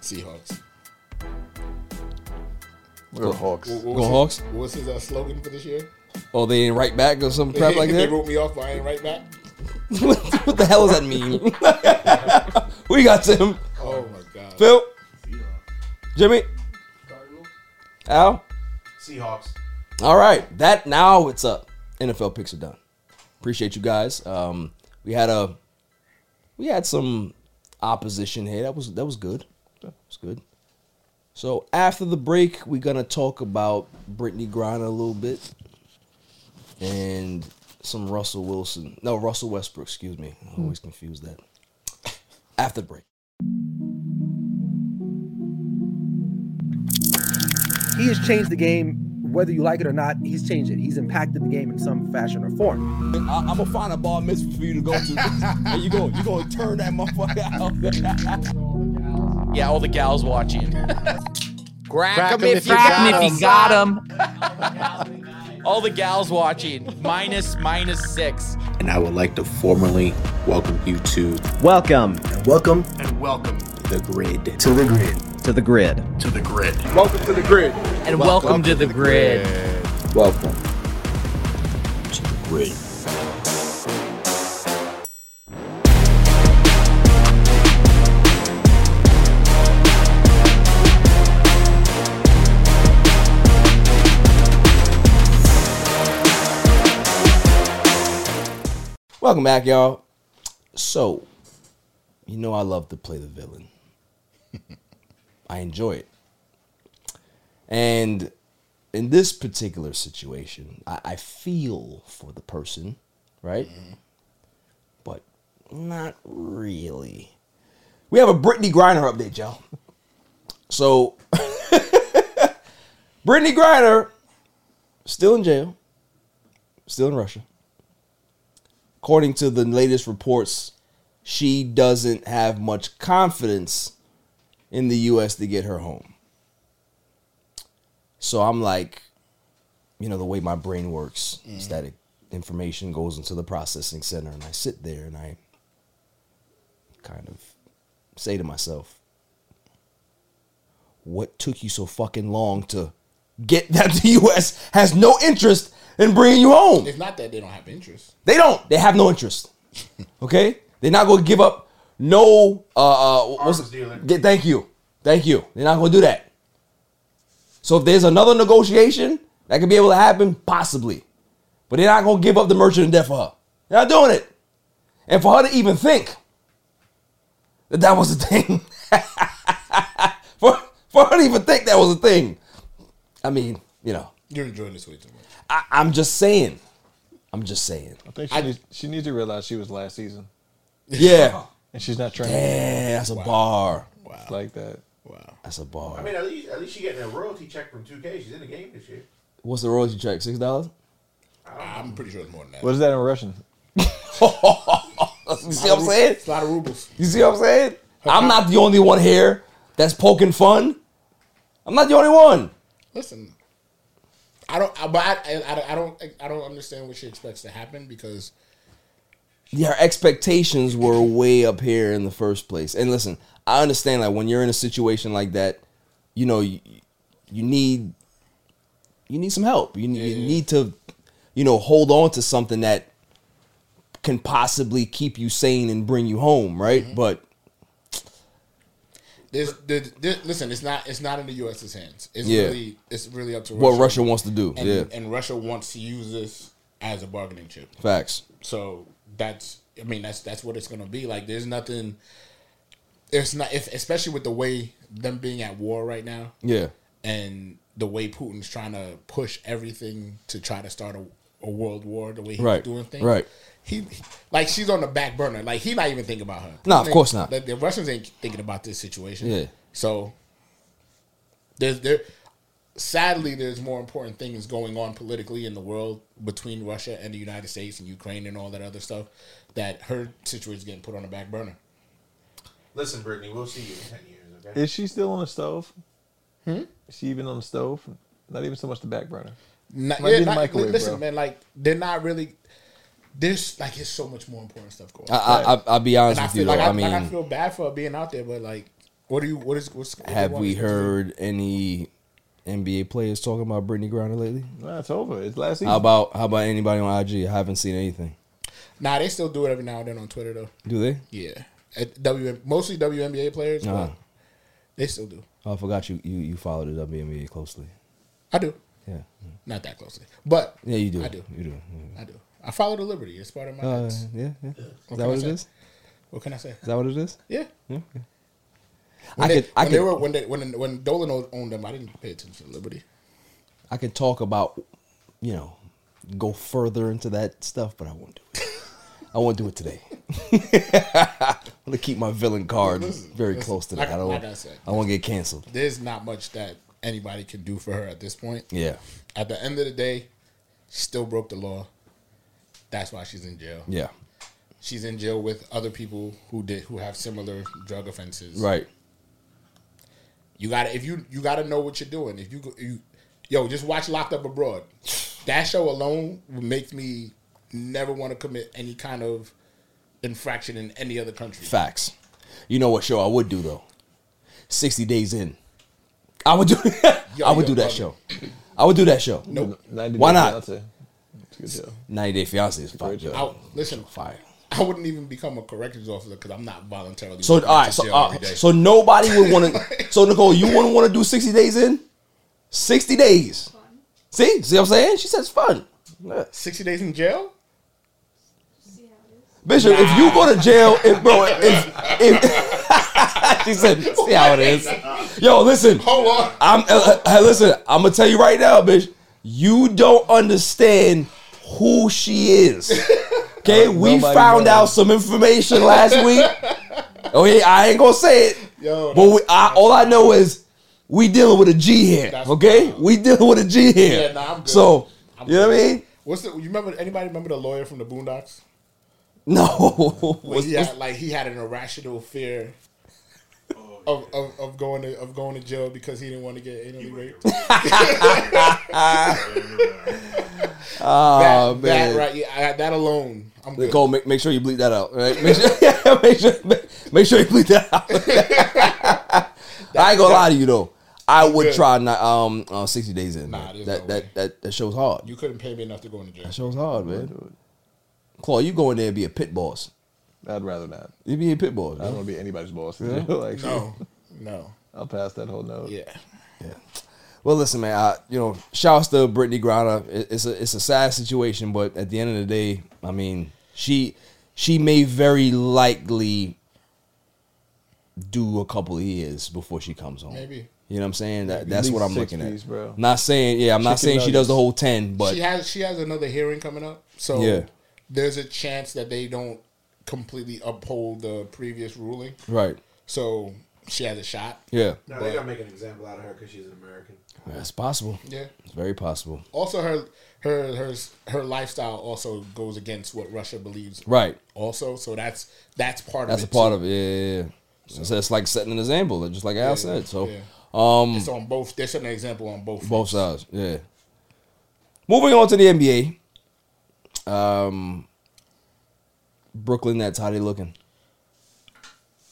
Seahawks. We're Hawks. What- what Go was Hawks. his- What was his uh, slogan for this year? Oh, they ain't right back or some [laughs] crap [laughs] like they that. wrote me off, but I ain't right back. [laughs] what the hell does that mean? [laughs] we got Tim, Oh my god. Phil, Jimmy, Al. Seahawks. All right, that now it's up. NFL picks are done. Appreciate you guys. Um, we had a we had some opposition here. That was that was good. That was good. So after the break, we're gonna talk about Brittany Griner a little bit and some Russell Wilson. No, Russell Westbrook. Excuse me. I always confuse that. After the break. He has changed the game, whether you like it or not. He's changed it. He's impacted the game in some fashion or form. I, I'm gonna find a bar mitzvah for you to go to, and you go you gonna turn that motherfucker out. Yeah, all the gals watching. Crack, Crack 'em 'em if if you you got got 'em. 'em. all the gals watching. Minus, minus six. And I would like to formally welcome you to Welcome. Welcome and welcome the grid. To the grid. To the grid. to the grid. Welcome to the grid. And welcome, to the, grid. Welcome. Grid. Welcome back, y'all. So, you know I love to play the villain. I enjoy it. And in this particular situation, I, I feel for the person, right? But not really. We have a Brittany Griner update, y'all. So, [laughs] Brittany Griner still in jail, still in Russia according to the latest reports, she doesn't have much confidence in the U.S. to get her home. So I'm like, you know, the way my brain works is that it, information goes into the processing center, and I sit there and I kind of say to myself, what took you so fucking long to get [laughs] that the U.S. has no interest in bringing you home? It's not that they don't have interest. They don't. They have no interest. Okay, they're not going to give up no. Uh, uh, what's it? Get- thank you, thank you. They're not going to do that. So if there's another negotiation that could be able to happen, possibly, but they're not going to give up the merchant of death for her. They're not doing it, and for her to even think that that was a thing, [laughs] for for her to even think that was a thing, I mean, you know, You're enjoying this way too much. I, I'm just saying, I'm just saying. I think she, needs, she needs to realize she was last season. Yeah. and she's not training. Yeah, that's a bar. Wow. like that. Wow. That's a bar. I mean, at least at least she getting a royalty check from 2K. She's in the game this year. What's the royalty check? Six dollars? I'm pretty sure it's more than that. What is that in Russian? you see what I'm saying? It's a lot of rubles. You see what I'm saying? I'm not the only one here that's poking fun. I'm not the only one. Listen, I don't. I, but I, I, I don't- I don't. I don't understand what she expects to happen because Your expectations were way up here in the first place. And listen, I understand that when you're in a situation like that, you know, you, you need you need some help. You, you need to, you know, hold on to something that can possibly keep you sane and bring you home, right? But there's, there's, there- Listen, it's not. It's not in the U.S.'s hands. It's Yeah. really. It's really up to What Russia wants to do, And, yeah. and Russia wants to use this as a bargaining chip. facts. So that's I mean that's that's what it's gonna be. Like there's nothing it's not if especially with the way them being at war right now. Yeah. And the way Putin's trying to push everything to try to start a, a world war, the way he's Right, doing things. right. He like she's on the back burner. Like he not even thinking about her. Nah, of course not. The, the Russians ain't thinking about this situation. Yeah. So there's there sadly there's more important things going on politically in the world between Russia and the United States and Ukraine and all that other stuff that her situation's getting put on the back burner. Listen, Brittany, we'll see you in 10 years, okay? Is she still on the stove? Hmm? Is she even on the stove? Not even so much the back burner. Not, Might yeah, be in the not- microwave, listen, bro. man, like they're not really there's like it's so much more important stuff going on. I, I, I, I'll be honest And I with feel you. Though. like I, I mean, like I feel bad for her being out there, but like what do you what is what's what do you Have want we me to do? heard any NBA players talking about Brittany Griner lately? Nah, it's over. It's last season. How about how about anybody on IG? I haven't seen anything. Nah, they still do it every now and then on Twitter though. Do they? Yeah. At WM, mostly WNBA players, Uh-huh. but they still do. Oh, I forgot you you you follow the WNBA closely. I do. Yeah. Not that closely. But Yeah, you do. I do. You do. Yeah. I do. I follow the Liberty. It's part of my Uh, nuts. yeah, yeah. Is that can what I it say? is? What can I say? Is that what it is? Yeah. Yeah. okay. When I they, could I when they could were when they, when when Dolan owned them, I didn't pay attention to Liberty. I could talk about you know go further into that stuff, but I won't do it. I won't do it today. [laughs] I'm gonna keep my villain card Listen, very listen, close to like- that. I don't. like I said. I won't get canceled. There's not much that anybody can do for her at this point. Yeah. At the end of the day, she still broke the law. That's why she's in jail. Yeah. She's in jail with other people who did who have similar drug offenses. Right. You gotta if you you gotta know what you're doing. If you go- you yo just watch Locked [sighs] Up Abroad. That show alone would make me never want to commit any kind of infraction in any other country. Facts. You know what show I would do though? Sixty days in. I would do. [laughs] I would do that yo, brother. show. I would do that show. Nope. 90 Why Day not? Fiancé. It's a good show. 90 Day Fiance is fire. I, listen, fire. I wouldn't even become a corrections officer because I'm not voluntarily. So all going right. to So jail all every right, day. so nobody would want [laughs] to. so Nicole, you wouldn't want to do sixty days in. Sixty days. See, see what I'm saying? She says fun. sixty days in jail. Bishop, if you go to jail, if, [laughs] bro, if, if [laughs] she said, see how it is. Yo, listen. Hold on. I'm uh, uh, listen. I'm gonna tell you right now, bitch. You don't understand who she is. [laughs] Okay, we nobody found knows. out some information last [laughs] week. oh yeah, I ain't gonna say it. Yo, but we, I, all I know is we dealing with a G here. Okay, we dealing with a G here. Yeah, nah, I'm good. So I'm you know what I good. mean? [laughs] What's the? You remember anybody remember the lawyer from the Boondocks? No. When he had, like he had an irrational fear of, of, of going to of going to jail because he didn't want to get anally raped. [laughs] [laughs] Ah, man. that, that right, yeah, I, that alone, I'm [laughs] good. Nicole, make, make sure you bleep that out. Right? Make sure, make sure, make, Make sure you bleep that out. [laughs] I ain't gonna lie to you though. I would Good. try not um uh, sixty days in. Nah, man. there's that, no that that that show's hard. You couldn't pay me enough to go [laughs] into jail. That show's hard, man. Claude, you go in there and be a pit boss. I'd rather not. You be a pit boss. I don't want to be anybody's boss. [laughs] Yeah. like, No, no. I'll pass that whole note. Yeah. Well, listen, man. I, you know, shouts to Brittany Grana. It- It's a it's a sad situation, but at the end of the day, I mean, she she may very likely do a couple of years before she comes home. Maybe. You know what I'm saying? That, Maybe. that's At what I'm least looking 60s, at. bro. Not saying yeah. I'm not saying Chicken she does the nuggets. whole ten, but she has she has another hearing coming up. So Yeah. there's a chance that they don't completely uphold the previous ruling. Right. So she has a shot. Yeah. No, they gotta make an example out of her because she's an American. that's possible. Yeah. it's very possible. Also her her her her lifestyle also goes against what Russia believes. Right. Also, so that's that's part That's a of it. part too. of it. Yeah, yeah, yeah. So it's like setting an example, just like Al Yeah, said. So, yeah. um, it's on both. There's an example on both. Both sides, yeah. Moving on to the NBA. Um, Brooklyn Nets, how they looking?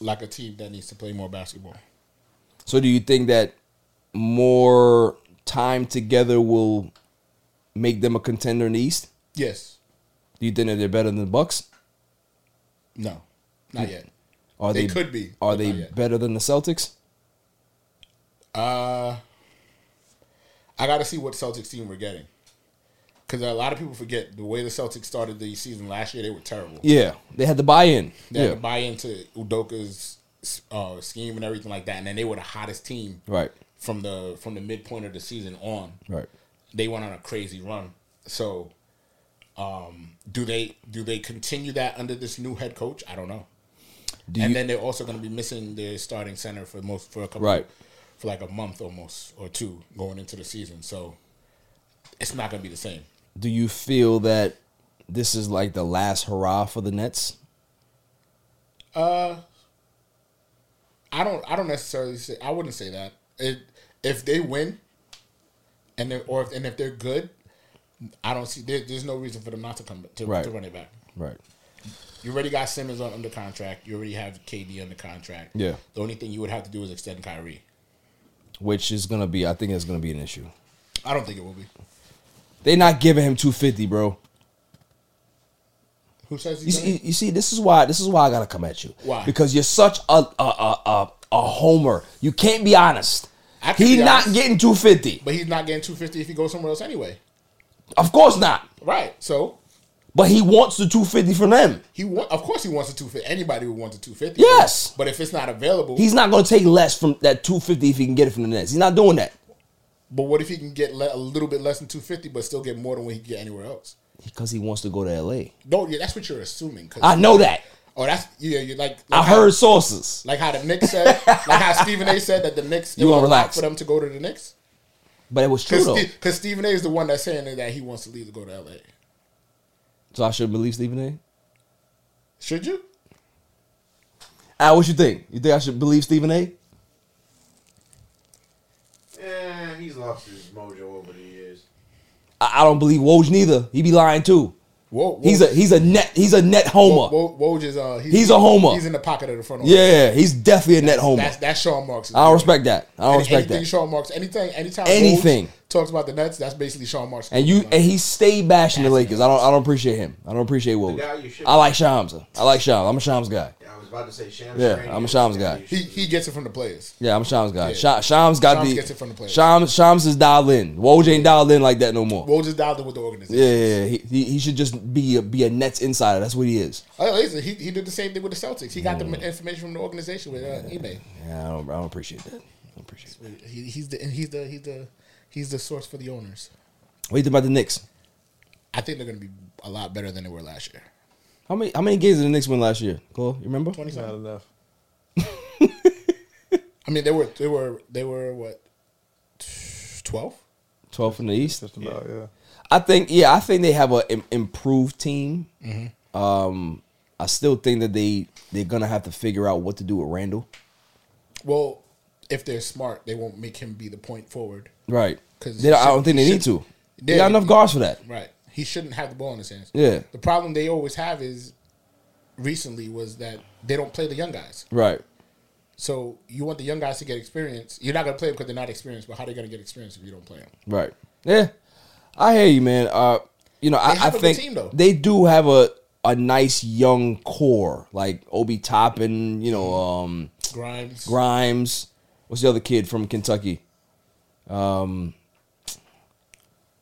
Like a team that needs to play more basketball. So, do you think that more time together will make them a contender in the East? Yes. Do you think that they're better than the Bucks? No. Not yet. Are they, They could be, Are but they not yet. better than the Celtics? Uh, I got to see what Celtics team we're getting. Because a lot of people forget the way the Celtics started the season last year, they were terrible. Yeah, they had the buy-in. They had yeah, to buy into Udoka's uh, scheme and everything like that. And then they were the hottest team Right. from the from the midpoint of the season on. Right. They went on a crazy run. So um, do they do they continue that under this new head coach? I don't know. Do and you- then they're also going to be missing their starting center for most for a couple Right. for like a month almost or two going into the season. So it's not going to be the same. Do you feel that this is like the last hurrah for the Nets? Uh, I don't. I don't necessarily say. I wouldn't say that. It, if they win, and they or if, and if they're good, I don't see. There, there's no reason for them not to come to, Right. to run it back. Right. You already got Simmons on under contract. You already have KD under contract. Yeah. The only thing you would have to do is extend Kyrie. Which is gonna be, I think, it's gonna be an issue. I don't think it will be. They not giving him 250, bro. Who says You he's see, gonna- you see, this is why this is why I gotta come at you. Why? Because you're such a a a, a, a homer. You can't be honest. can He be not honest. getting 250. But he's not getting two fifty if he goes somewhere else anyway. Of course not. Right. So But he wants the 250 from them. he want. Of course he wants a two fifty. Anybody would want a two fifty. Yes. But if it's not available, He's not gonna take less from that 250 if he can get it from the Nets. He's not doing that. But what if he can get le- a little bit less than 250 but still get more than what he can get anywhere else? Because he wants to go to LA. No, yeah, that's what you're assuming. 'cause- I know that. Oh, that's yeah. You're like, I like how- heard sources. like how the Knicks said, like how Stephen A. said that the Knicks. You it was wanna a lot relax. for them to go to the Knicks? But it was true Because though. Stephen A. is the one that's saying that he wants to leave to go to L.A. so I should believe Stephen A. Should you? Al, what you think? You think I should believe Stephen A? Yeah, Eh, he's lost his mojo over the years. I, I don't believe Woj neither. He be lying too. Whoa, He's a he's a net he's a net homer. Wo- Woj is uh, He's a homer. He's in the pocket of the front. office. yeah, he's definitely a net homer. That's that's Sean Marks. I don't respect that. I don't Any- respect anything that. Sean Marks. Anything. Anytime. Woj Anything. talks about the Nets. That's basically Sean Marks. And you and he stayed bashing the Lakers. I don't I don't appreciate him. I don't appreciate Woj. guy you should- I like Shams. I like Shams. I'm a Shams guy. I was about to say Shams. Yeah, Charania I'm a was Shams the guy. you He he gets it from the players. Yeah, I'm a Shams guy. Yeah. Sha Shams got Shams the gets it from the players. Shams Shams is dialed in. Woj ain't dialed in like that no more. Woj is dialed in with the organization. Yeah, yeah, yeah. He, he, he should just be a, be a Nets insider. That's what he is. Oh, listen, he, he did the same thing with the Celtics. He got the information from the organization with uh, eBay. Yeah, I don't I don't appreciate that. He, he's the and he's the he's the he's the source for the owners. What do you think about the Knicks? I think they're going to be a lot better than they were last year. How many how many games did the Knicks win last year? Cole, you remember? Twenty Not enough. I mean, they were they were they were what twelve? 12 from the East. about, yeah. I think, yeah, I think they have an improved team. Mhm. Um, I still think that they they're gonna have to figure out what to do with Randall. Well, if they're smart, they won't make him be the point forward. Right. 'Cause They don't- I he don't think he they need shouldn't- to. They got enough guards for that. Right. He shouldn't have the ball in his hands. Yeah. The problem they always have is recently was that they don't play the young guys. Right. So you want the young guys to get experience. You're not going to play them because they're not experienced, but how are they going to get experience if you don't play them? Right. Yeah. I hear you, man. Uh, you know, I, have I a good think team, though. they do have a a nice young core, like Obi Toppin, you know, Mm-hmm. um, Grimes. Grimes. What's the other kid from Kentucky? Um,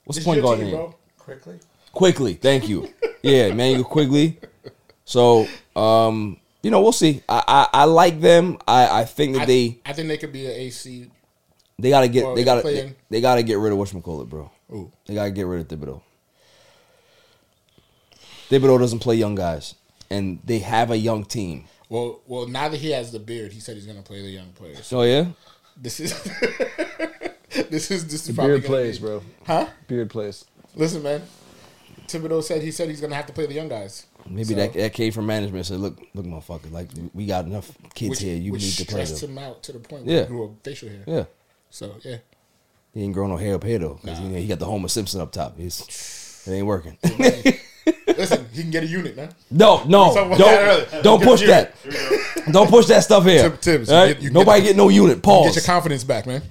what's the This point your guard team, name? bro. Quickly. Quigley, thank [laughs] you. yeah, Manuel Quigley. So, um, you know, we'll see. I I, I like them. I, I think that I, they I think they could be an AC. they gotta get Well, they they gotta play in- they, they gotta get rid of whatchamacallit, bro. Ooh. They gotta get rid of Thibodeau. Thibodeau doesn't play young guys, and they have a young team. Well, well, now that he has the beard, he said he's going to play the young players. Oh yeah, This is [laughs] this is this The is probably beard gonna plays, be- bro. Huh? Beard plays. Listen, man. Thibodeau said he said he's gonna have to play the young guys. maybe So- that that kid from management said, "Look, look, motherfucker, like we got enough kids which, here. You which need to play stressed them." him out to the point where Yeah, he grew a facial hair. Yeah. So yeah, He ain't growing no hair up here though. 'cause, you know, he got the Homer Simpson up top. It's, it ain't working. listen, he can get a unit now. No, no, We talked about that earlier. don't, don't Get a push unit. that. Don't push that stuff here. Tim- Tibbs, All right? you- you Nobody get, no unit. Get Pause. your confidence back, man.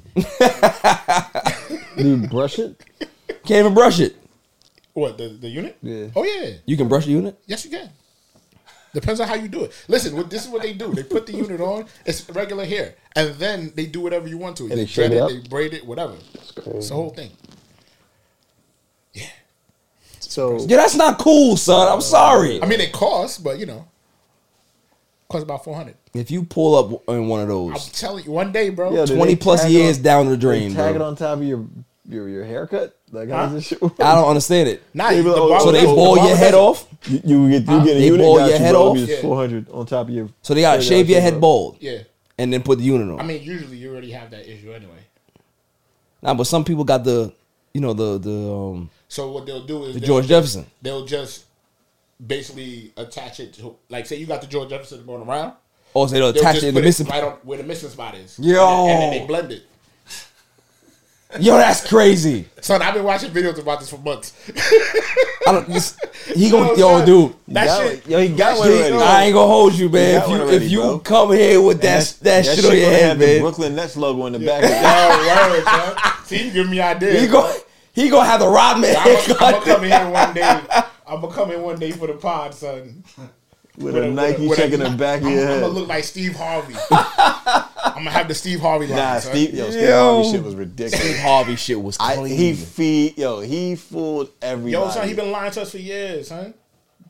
you brush it? Can't even brush it. What the the unit? Yeah. Oh yeah. You can brush the unit. Yes, you can. Depends on how you do it. Listen, what, this is what they do. They put the unit on. It's regular hair, and then they do whatever you want to. And they shave dread it up? They braid it. Whatever. It's the whole thing. So Yeah, that's not cool, son. I'm sorry. I mean, it costs, but you know, costs about four hundred. if you pull up in one of I'm those, telling you, one day, bro. Yeah, do they 20 plus tag Oh, years on- down the they drain, Tag bro. it on top of your your, your haircut. Like how Huh? does this shit work? I don't understand it. Nah, They you- be the like, oh, barber so they doesn't- ball the your barber head doesn't- off. You, you get you Huh? get a They unit ball now, your you head probably off? use Yeah. 400 on top of your. So they gotta Yeah, shave your that's head what- bald. Yeah. And then put the unit on. I mean, usually you already have that issue anyway. nah, but some people got the, you know, the the um. So what they'll do is The they'll- George Jefferson. They'll just basically attach it to, like, say you got the George Jefferson going around. Oh, so they'll attach just it in the put missing- right on where the missing spot is. Yo. and, then they blend it. Yo, that's crazy. Son, I've been watching videos about this [laughs] for months. [laughs] I don't. This, he gonna No, yo, son. dude. That Got shit- it. Yo, he got that one shit- already. I ain't gonna hold you, He man. got If one you already, if you bro. come here with And that that, shit on your gonna head, have the man, Brooklyn Nets logo in the back. Yo, word, son. See, you give me [laughs] ideas. he gonna he gonna have the Rodman [laughs] I'm gonna, I'm gonna haircut. come in here one day. I'm gonna come in one day for the pod, son. With a Nike check in the back of I'm, your I'm head. gonna look like Steve [laughs] Harvey. I'm gonna have the Steve Harvey line. Nah, son. Steve, yo, Steve Harvey shit was ridiculous. Steve Harvey shit was I, clean. he feed, yo, he fooled everybody. Yo, son, he been lying to us for years, son.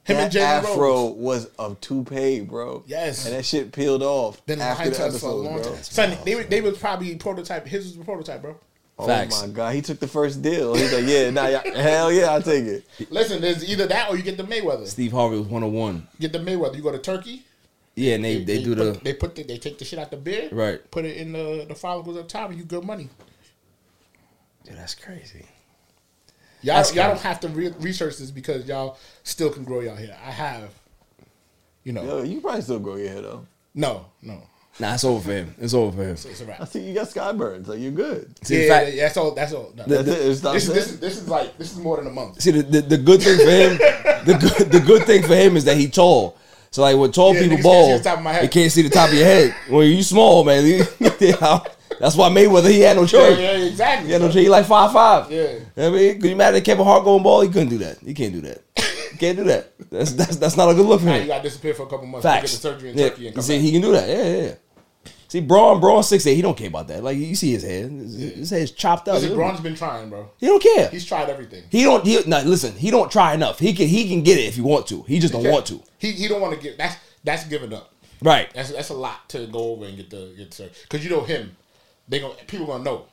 Him that and Jay afro Rose. was of toupee, bro. Yes. and that shit peeled off Been after lying the to us for a episode, long bro. time. Son, they, were- they was probably prototype. His was the prototype, bro. Oh Facts. my god, he took the first deal. He's like, yeah, nah, yeah, hell yeah, I will take it. Listen, there's either that or you get the Mayweather. Steve Harvey was one on one. Get the Mayweather. You go to Turkey. Yeah, and they they, do put, the They put the, they take the shit out the beard. Right. Put it in the the follicles up top, and you good money. Dude, that's crazy. Y'all, That's y'all crazy. don't have to re- research this because y'all still can grow y'all hair. I have. You know. Yo, you probably still grow your hair though. No, no. Nah, it's over for him. It's over for him. It's a wrap. I see you got skyburns, like you're good. See, the yeah, fact- yeah, that's all. That's all. [laughs] No. The- the- this, [laughs] it's not this, fair. this is, this is like this is more than a month. See, the, the, the good thing for him, the good, the good thing for him is that he tall. So like when tall Yeah, people niggas can't see bald, the top of my head. they can't see the top of your head. When you small, man, [laughs] you- that's why Mayweather he had no choice. Yeah, yeah, exactly. He had no choice. He like five five. Yeah. I mean, could you imagine Kevin Hart going bald? He couldn't do that. He can't do [laughs] that. He can't do that. That's that's, that's not a good look for Now you him. gotta disappear for a couple months. Facts. Get the surgery in yeah. Turkey and You come see, back. he can do that. Yeah, yeah. yeah. See, Braun, Braun six eight. He don't care about that. Like you see his head, his, his head's chopped up. Listen, Braun's been trying, bro. He don't care. He's tried everything. He don't. He, no, listen. He don't try enough. He can. He can get it if he want to. He just don't Okay? want to. He he don't want to give. That's that's giving up. Right. That's that's a lot to go over and get the get the surgery because you know him. They gonna people gonna know.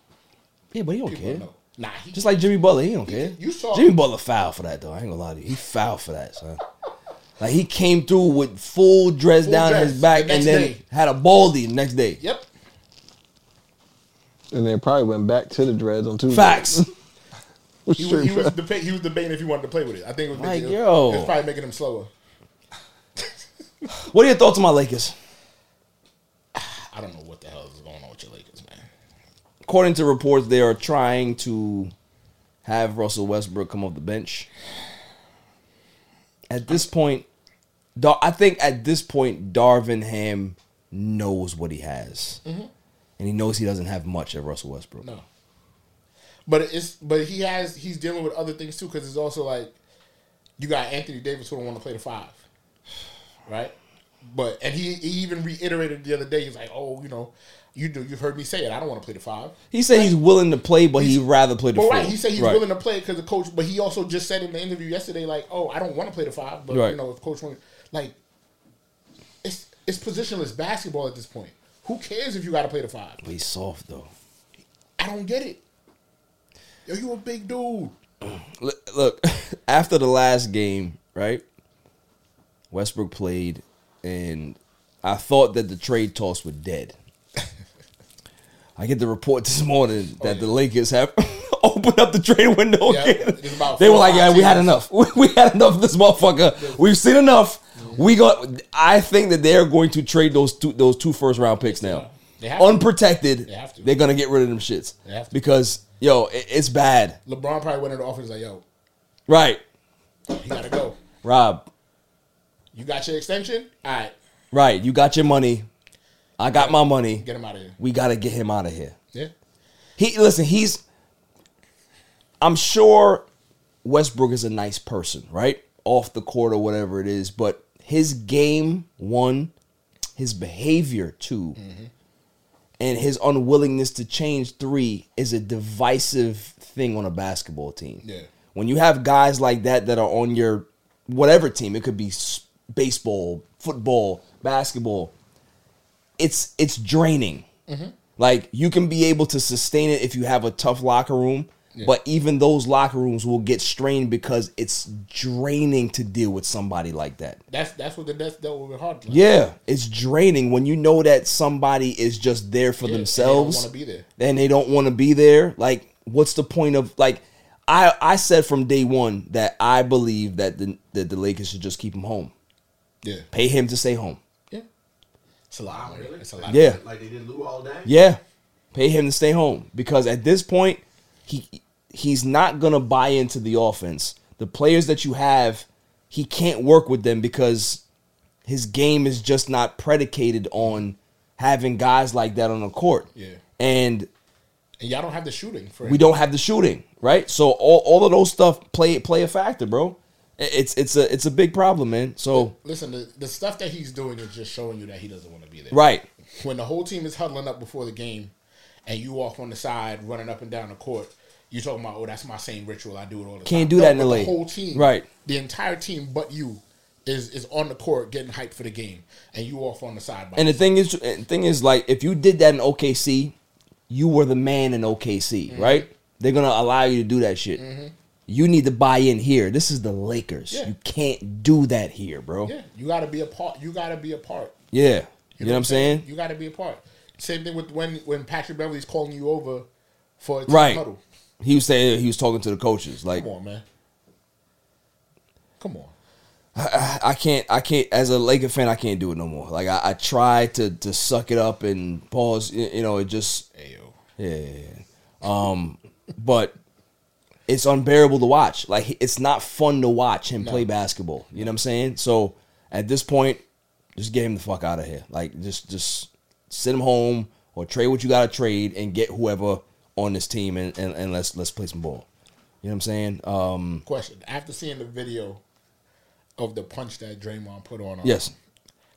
Yeah, but he don't People care. gonna know. Nah, he, Just like Jimmy Butler, he don't care. you saw- Jimmy Butler fouled for that though. I ain't gonna lie to you. He fouled for that, son. like he came through with full dress Full down dress his back the and next then day. had a baldy the next day. yep. And they probably went back to the dreads on Tuesday. [laughs] Facts. With He was straight he [laughs] was, facts. deba- he was debating if he wanted to play with it. I think it was, Like, making, yo. it was probably making him slower. What are your thoughts on my Lakers? I don't know what the hell is going on with your Lakers, man. According to reports, they are trying to have Russell Westbrook come off the bench. At this point, Dar- I think at this point, Darvin Ham knows what he has, Mhm. and he knows he doesn't have much at Russell Westbrook. No. But it's but he has he's dealing with other things too because it's also like you got Anthony Davis who don't want to play the five, right? But and he, he even reiterated the other day he's like, oh, you know, you do you've heard me say it. I don't want to play the five. He said he's willing to play, but he'd rather play the But four. right, he said he's willing to play because the coach. But he also just said in the interview yesterday, like, "Oh, I don't want to play the five, but Right. you know, if coach wants, like, it's it's positionless basketball at this point. Who cares if you got to play the five? But he's soft though. I don't get it. Yo, you a big dude. Look, look, [laughs] after the last game, right? Westbrook played, and I thought that the trade talks were dead. [laughs] I get the report this morning Oh, that the Lakers have [laughs] opened up the trade window again. They were like, "Yeah, we had enough. [laughs] We, we had enough of this motherfucker. We've seen enough. Mm-hmm. We got." I think that they're going to trade those two those two first round picks now, They have to. unprotected. They have to. are gonna get rid of them shits They have to. because yo, it, it's bad, LeBron probably went into the office like, "Yo, right? you gotta go. Rob, You got your extension. All right, Right, you got your money. I got my money. Get him outta here. We gotta get him out of here. Yeah. He listen, he's I'm sure Westbrook is a nice person, right? Off the court or whatever it is, but his game one, his behavior 2 Mm-hmm. and his unwillingness to change three is a divisive thing on a basketball team. Yeah. When you have guys like that that are on your whatever team, it could be s- baseball, football, basketball. It's it's draining. Mhm. Like you can be able to sustain it if you have a tough locker room, Yeah. but even those locker rooms will get strained because it's draining to deal with somebody like that. that's that's what the Nets dealt with with Harden. Yeah, it's draining when you know that somebody is just there for themselves wanna be there. and they don't want to be there. Like, what's the point of like? I I said from day one that I believe that the that the Lakers should just keep him home, yeah, pay him to stay home. it's a lot. man. It's a lot. Yeah, Like they did Lou all day. yeah, pay him to stay home because at this point he he's not gonna buy into the offense. The players that you have, he can't work with them because his game is just not predicated on having guys like that on the court. Yeah. And And y'all don't have the shooting for we don't have the shooting, right? So all, all of those stuff play play a factor, bro. I- It's it's a it's a big problem, man. So Listen, the, the stuff that he's doing is just showing you that he doesn't want to be there. Right. When the whole team is huddling up before the game and you walk on the side running up and down the court, you talking about, oh, that's my same ritual. I do it all the time. Can't do that in but LA. The whole team. Right. The entire team but you is is on the court getting hyped for the game and you off on the side. by and the yourself. thing is, and the thing is, like if you did that in OKC, you were the man in OKC, Mhm. right? They're gonna allow you to do that shit. Mhm. You need to buy in here. This is the Lakers. Yeah. You can't do that here, bro. Yeah, Yeah, you got to be a part. You got to be a part. you know what I'm saying? You got to be a part. Same thing with when when Patrick Beverly's calling you over for a team Right. huddle. He was saying he was talking to the coaches, like Come on, man. Come on. I, I can't I can't as a Laker fan I can't do it no more. Like I, I try to to suck it up and pause. y- You know, it just Yeah, yeah, yeah. Um, but it's unbearable to watch. Like it's not fun to watch him play basketball. You know what I'm saying? So at this point, just get him the fuck out of here. Like just just send him home or trade what you got to trade and get whoever on this team and, and, and let's let's play some ball. You know what I'm saying? Um, Question: After seeing the video of the punch that Draymond put on, him, Yes.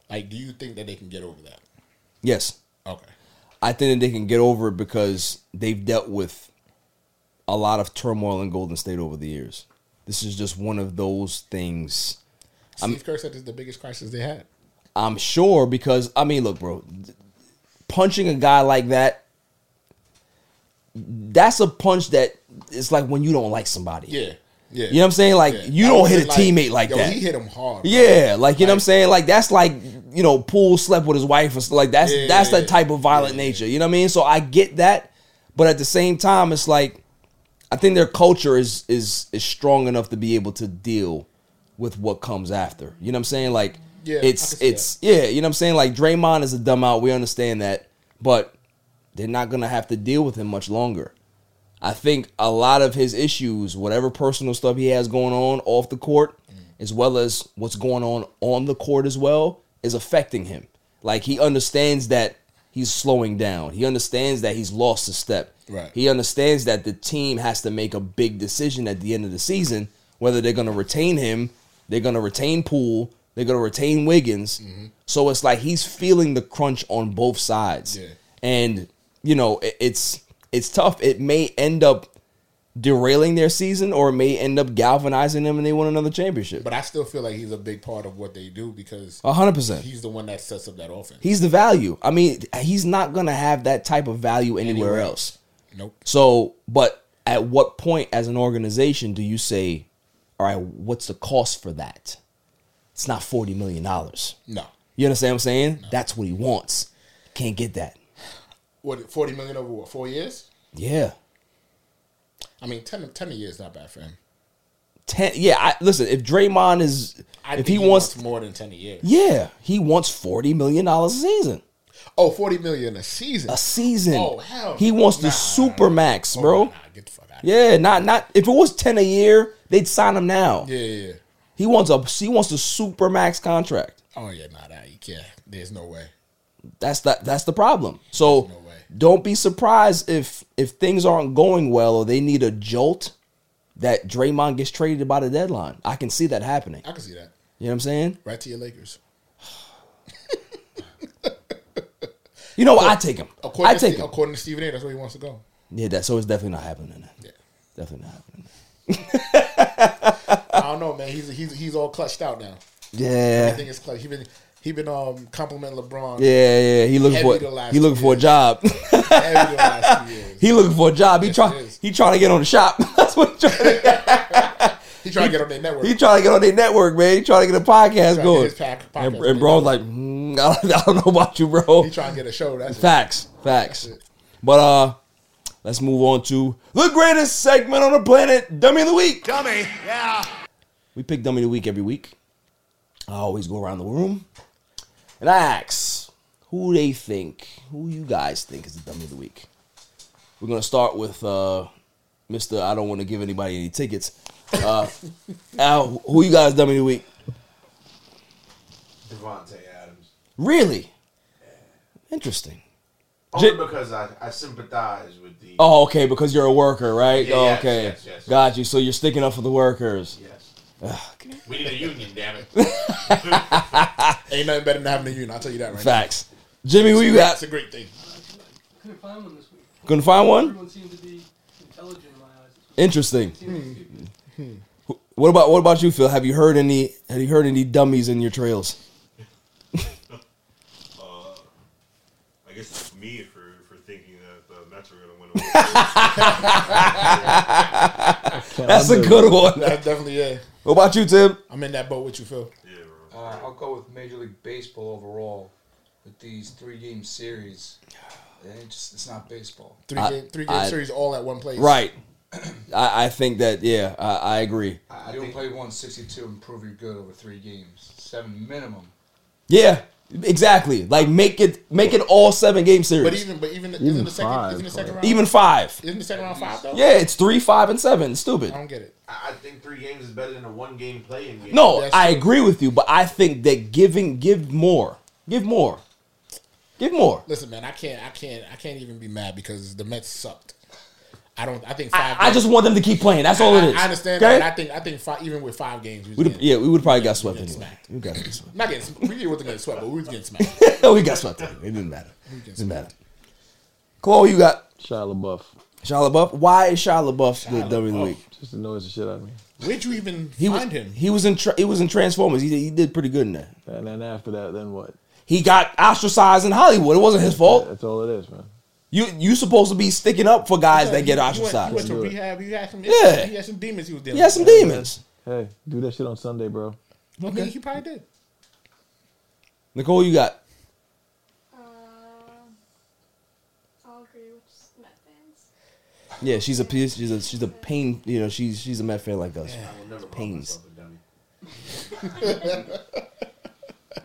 Like, do you think that they can get over that? Yes. Okay. I think that they can get over it because they've dealt with a lot of turmoil in Golden State over the years. This is just one of those things. Steve I'm, Kerr said this is the biggest crisis they had. I'm sure because I mean, look, bro, punching a guy like that, that's a punch that it's like when you don't like somebody. Yeah, yeah. You know what I'm saying? Like Yeah. you That don't would've hit a been teammate like yo, that. He hit him hard. Yeah, like you know what I'm saying? Like that's like you know, pool slept with his wife or s- like that's Yeah, that's yeah, that type of violent nature. You know what I mean? So I get that, but at the same time, it's like I think their culture is is is strong enough to be able to deal with what comes after. You know what I'm saying? Like Yeah, I it's can see it's yeah, you know what I'm saying? Like Draymond is a dumb out, we understand that, but they're not gonna have to deal with him much longer. I think a lot of his issues, whatever personal stuff he has going on off the court, as well as what's going on on the court as well, is affecting him. Like he understands that he's slowing down. He understands that he's lost a step. Right. He understands that the team has to make a big decision at the end of the season whether they're going to retain him, they're going to retain Poole, they're going to retain Wiggins. Mm-hmm. So it's like he's feeling the crunch on both sides. Yeah. And you know, it- it's it's tough. It may end up derailing their season or it may end up galvanizing them and they win another championship. But I still feel like he's a big part of what they do because A hundred percent. he's the one that sets up that offense. He's the value. I mean, he's not going to have that type of value anywhere, Anywhere else. Nope. So, but at what point as an organization do you say, all right, what's the cost for that? It's not $40 million. No. You understand what I'm saying? That's what he wants. Can't get that. What forty million over what four years? Yeah. I mean, 10, 10 a year is not bad for him. Ten, yeah, I, listen, if Draymond is, I if think he, wants, more than ten a year. yeah, he wants $40 million a season. Oh, 40 million a season. A season. Oh hell. He no. wants the Nah, Oh, super max, bro. yeah, not not if it was ten a year, they'd sign him now. Yeah, yeah. yeah. He wants a he wants the super max contract. Oh yeah, nah, nah, you can't. There's no way. That's that that's the problem. So don't be surprised if if things aren't going well or they need a jolt that Draymond gets traded by the deadline. I can see that happening. I can see that. You know what I'm saying? Right to your Lakers. You know what? I take him. According I take to, Ste- him. According to Stephen A, that's where he wants to go. Yeah, that so it's definitely not happening. Yeah. Definitely not happening. I don't know, man. He's he's he's all clutched out now. Yeah. everything is clutched. He been he been um complimenting LeBron. Yeah, yeah. He looking for heavy the last he looking two for a years. job. [laughs] Heavy the last two years. he looking for a job. He Yes, try it is. he trying to get on the shop. [laughs] That's what he trying. He trying to get on their network. He trying to get on their network, man. He trying to get a He's trying podcast to get going. his pack- and, podcast and bro's like, mm, [laughs] I, don't, I don't know about you, bro. He trying to get a show. That's it. Facts, facts. But uh, let's move on to the greatest segment on the planet, Dummy of the Week. Dummy, yeah. We pick Dummy of the Week every week. I always go around the room and I ask who they think, who you guys think is the Dummy of the Week. We're gonna start with uh, Mister. I don't want to give anybody any tickets. Uh, [laughs] Al, who you guys Dummy of the Week? Devonte Adams. Really? Interesting. Only J- because I, I sympathize with the Oh, okay, because you're a worker, right? Yeah, oh, yes, okay. yes, yes. Got you. So you're sticking up for the workers. Yes. We need a union, [laughs] damn it. Ain't nothing better than having a union. I'll tell you that right Facts. now. Jimmy, who It's a you great- got? It's a great thing. Couldn't find one this week. Couldn't find one? Everyone seemed to be intelligent in my eyes. Interesting. Seemed Wh- What about what about you, Phil? Have you heard any? Have you heard any dummies in your trails? I guess it's me for, for thinking that the Mets are going to win. a World Series. That's a good one. [laughs] That's definitely yeah. What about you, Tim? I'm in that boat with you, Phil. Uh, I'll go with Major League Baseball overall with these three game series. It just, it's not baseball. Three I- game, three game I- series all at one place. Right. I, I think that yeah, I, I agree. you don't play 162 and prove you're good over three games. Seven minimum. Yeah, exactly. Like make it make it all seven game series. But even but even, even isn't the second isn't the second round Even five. isn't the second round five though? Yeah, it's three, five, and seven. It's stupid. I don't get it. I I think three games is better than a one game playing game. No, I agree with you, but I think that giving give more, give more, give more. Listen, man, I can't I can't I can't even be mad because the Mets sucked. I don't. I think I, five. I just want them to keep playing. That's all it I- is. I, understand Okay? that. and I think I think five, even with five games, we was We'd, getting, yeah, we would probably got swept anyway. We got not getting we didn't wasn't getting swept, but we was getting [laughs] smacked. swept. [laughs] we got swept anyway. It didn't matter. It didn't matter. Chloe, you got Shia LaBeouf. Shia LaBeouf. Why is Shia LaBeouf the W of the week? Just annoys the shit out of me. Where'd you even He was, find him? he was in tra- he was in Transformers. He did, he did pretty good in that. And then after that, then what? He got ostracized in Hollywood. It wasn't his fault. That's all it is, man. You you supposed to be sticking up for guys that get He went, he ostracized. went to rehab. He had some Yeah. He had some demons he was dealing. He had some with. demons. Hey, do that shit on Sunday, bro. Okay. He, he probably did. Nicole, you got Uh, I'll agree with Met fans. yeah. She's a piece- she's a she's a pain. You know she's she's a Met fan like us. Pains. [laughs]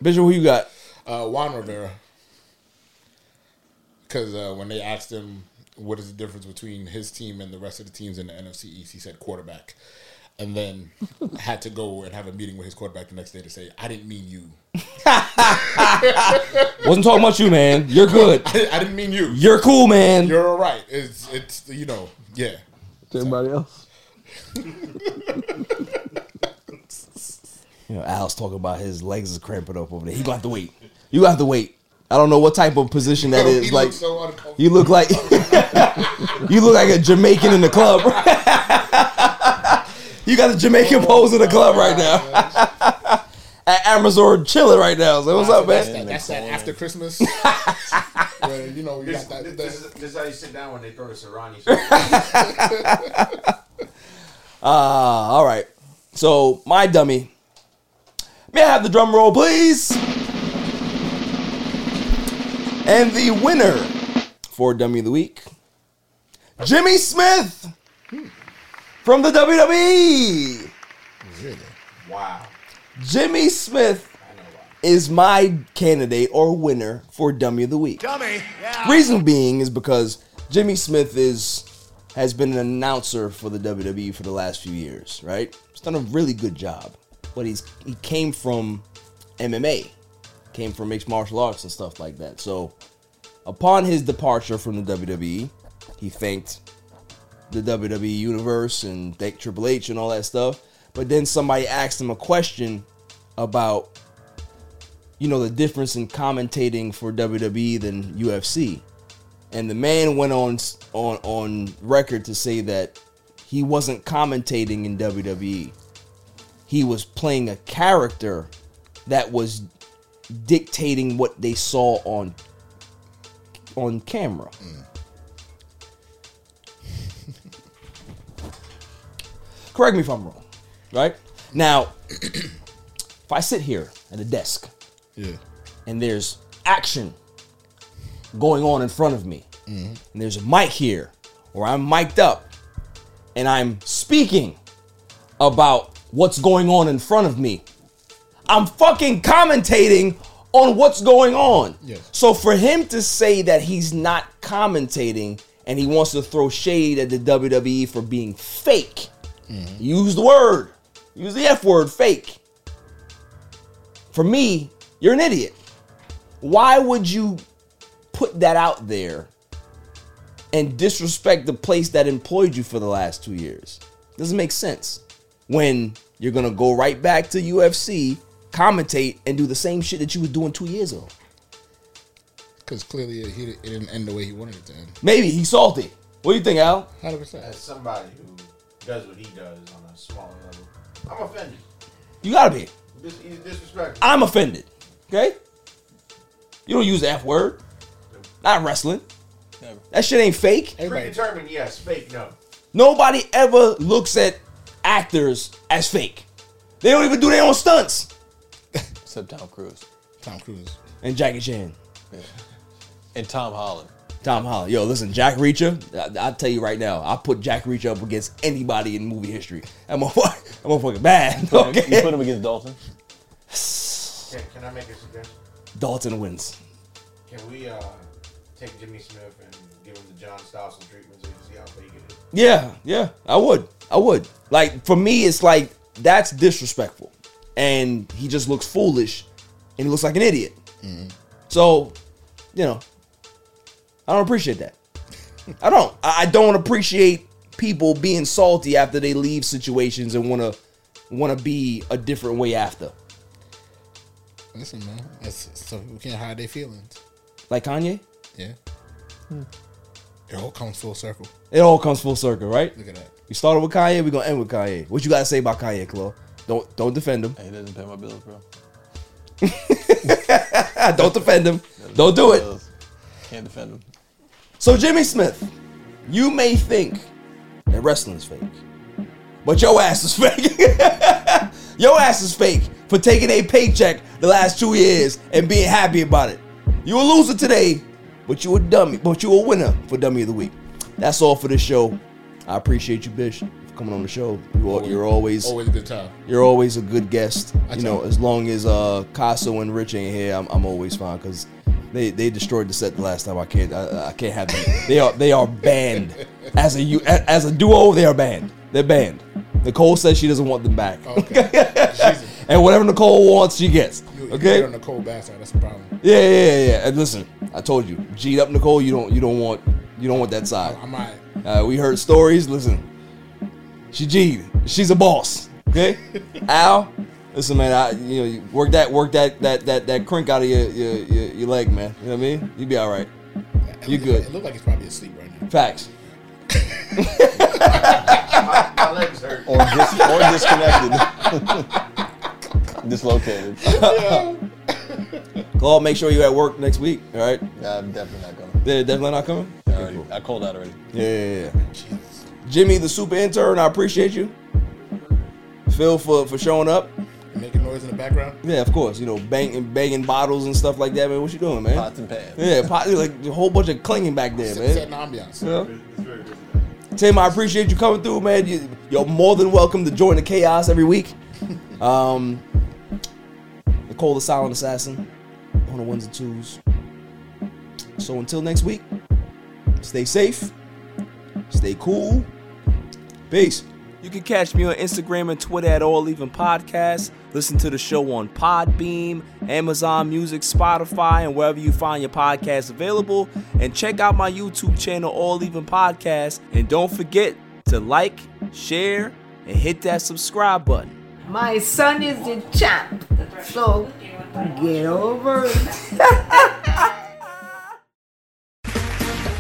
Bishop, who you got? Uh, Juan Rivera. Because uh, when they asked him what is the difference between his team and the rest of the teams in the NFC East, he said quarterback. and then [laughs] had to go and have a meeting with his quarterback the next day to say, "I didn't mean you." [laughs] Wasn't talking about you, man. You're good. I, I didn't mean you. You're cool, man. You're all right. It's it's you know yeah. To everybody else. You know, Al's talking about his legs is cramping up over there. He gonna have to wait. You gonna have to wait. I don't know what type of position that Yo, is. he like looks so uncomfortable. you look like [laughs] you look like a Jamaican in the club. [laughs] you got a Jamaican Oh, pose in the club right now. [laughs] At Amazon chilling right now. So what's Nah, up, that's man? That, that's that [laughs] after Christmas. where, you know, you This, got that. this, that- is, this is how you sit down when they throw the Serrani. [laughs] Ah, all right. So my dummy. May I have the drum roll, please? And the winner for Dummy of the Week, Jimmy Smith from the E. WWE. Really? Wow. Jimmy Smith is my candidate or winner for Dummy of the Week. Dummy. Reason being is because Jimmy Smith is has been an announcer for the WWE for the last few years, right? He's done a really good job, but he's he came from MMA, came from mixed martial arts and stuff like that. So, upon his departure from the WWE, he thanked the WWE universe and thanked Triple H and all that stuff. But then somebody asked him a question about you know, the difference in commentating for WWE than UFC. And the man went on on on record to say that he wasn't commentating in WWE. He was playing a character that was dictating what they saw on on camera. Correct me if I'm wrong, right? Now, if I sit here at a desk yeah. and there's action going on in front of me, Mhm. and there's a mic here, or I'm mic'd up, and I'm speaking about what's going on in front of me, I'm fucking commentating on what's going on. Yes. So for him to say that he's not commentating and he wants to throw shade at the WWE for being fake, use the word, use the F word, fake. For me, you're an idiot. Why would you put that out there and disrespect the place that employed you for the last two years? Doesn't make sense. When you're gonna go right back to UFC, commentate, and do the same shit that you were doing two years ago. Because clearly he, it didn't end the way he wanted it to end. Maybe he's salty. What do you think, Al? Hundred percent. As somebody who does what he does on a smaller level, I'm offended. You gotta be. This, he's disrespectful. I'm offended. Okay? You don't use the F word. Not wrestling. Never. That shit ain't fake. Predetermined, yes. Fake, no. Nobody ever looks at actors as fake. They don't even do their own stunts. Except Tom Cruise. Tom Cruise. And Jackie Chan, And [laughs] Tom Holland. Tom Holland. Yo, listen, Jack Reacher. I, I tell you right now, I put Jack Reacher up against anybody in movie history. That motherfucker, [laughs] that motherfucker bad. You Okay? put him against Dalton. Can, can I make a suggestion? Dalton wins. Can we uh, take Jimmy Smith and give him the John Stossel treatment so you can see how fake it is? Yeah, yeah, I would. I would. Like for me, it's like that's disrespectful, and he just looks foolish, and he looks like an idiot. So, you know, I don't appreciate that. I don't. I I don't appreciate people being salty after they leave situations and want to want to be a different way after. Listen, man. That's, so people can't hide their feelings. Like Kanye, Yeah. Hmm. It all comes full circle. it all comes full circle, right? Look at that. We started with Kanye. We're gonna end with Kanye. What you gotta say about Kanye, Chloe? Don't don't defend him. He doesn't pay my bills, [laughs] bro. Ah, don't defend him. Don't do it. Can't defend him. So, Jimmy Smith, you may think that wrestling's fake, but your ass is [laughs] fake. your ass is fake for taking a paycheck the last two years and being happy about it. You a loser today, but you a dummy, but you a winner for Dummy of the Week. That's all for this show. I appreciate you, Bish, for coming on the show. You are, you're always Always a good time. You're always a good guest. I You know, tell- as long as uh Casso and Rich ain't here, I'm, I'm always fine because they, they destroyed the set the last time. I can't I, I can't have them. They are they are banned as a you as a duo. They are banned. They're banned. Nicole says she doesn't want them back. Oh, [laughs] and whatever Nicole wants, she gets. You, you Okay. hit on the cold bastard. That's the problem. Yeah, yeah, yeah, yeah. And listen, I told you, G'd up Nicole. You don't, you don't want, you don't want that side. Oh, I'm not. Uh, we heard stories. Listen, she G'd. She's a boss. [laughs] Okay, Al. Listen, man. I, you know, you work that, work that, that, that, that crink out of your, your, your, your leg, man. You know what I mean? You be all right. You good. It looked like it's probably asleep right now. Facts. My legs hurt. Or, dis- or [laughs] disconnected. [laughs] Dislocated. Claude, make sure you're at work next week. All right. Nah, I'm definitely not coming. They're definitely not coming. I, already, I called out already. Yeah, yeah, yeah. Jimmy, the super intern, I appreciate you. Phil for for showing up. Making noise in the background. Yeah, of course. You know, banging banging bottles and stuff like that, man. What you doing, man? Pots and pans. Yeah, pot, like a whole bunch of clinging back there, Set- man. Yeah. setting ambiance. Tim, I appreciate you coming through, man. You, you're more than welcome to join the chaos every week. Um, Nicole, the silent assassin, on the ones and twos. So until next week, stay safe, stay cool, peace. You can catch me on Instagram and Twitter at All Even Podcast. Listen to the show on Podbeam, Amazon Music, Spotify, and wherever you find your podcasts available. And check out my YouTube channel, All Even Podcast. And don't forget to like, share, and hit that subscribe button. My son is the champ. So get over it.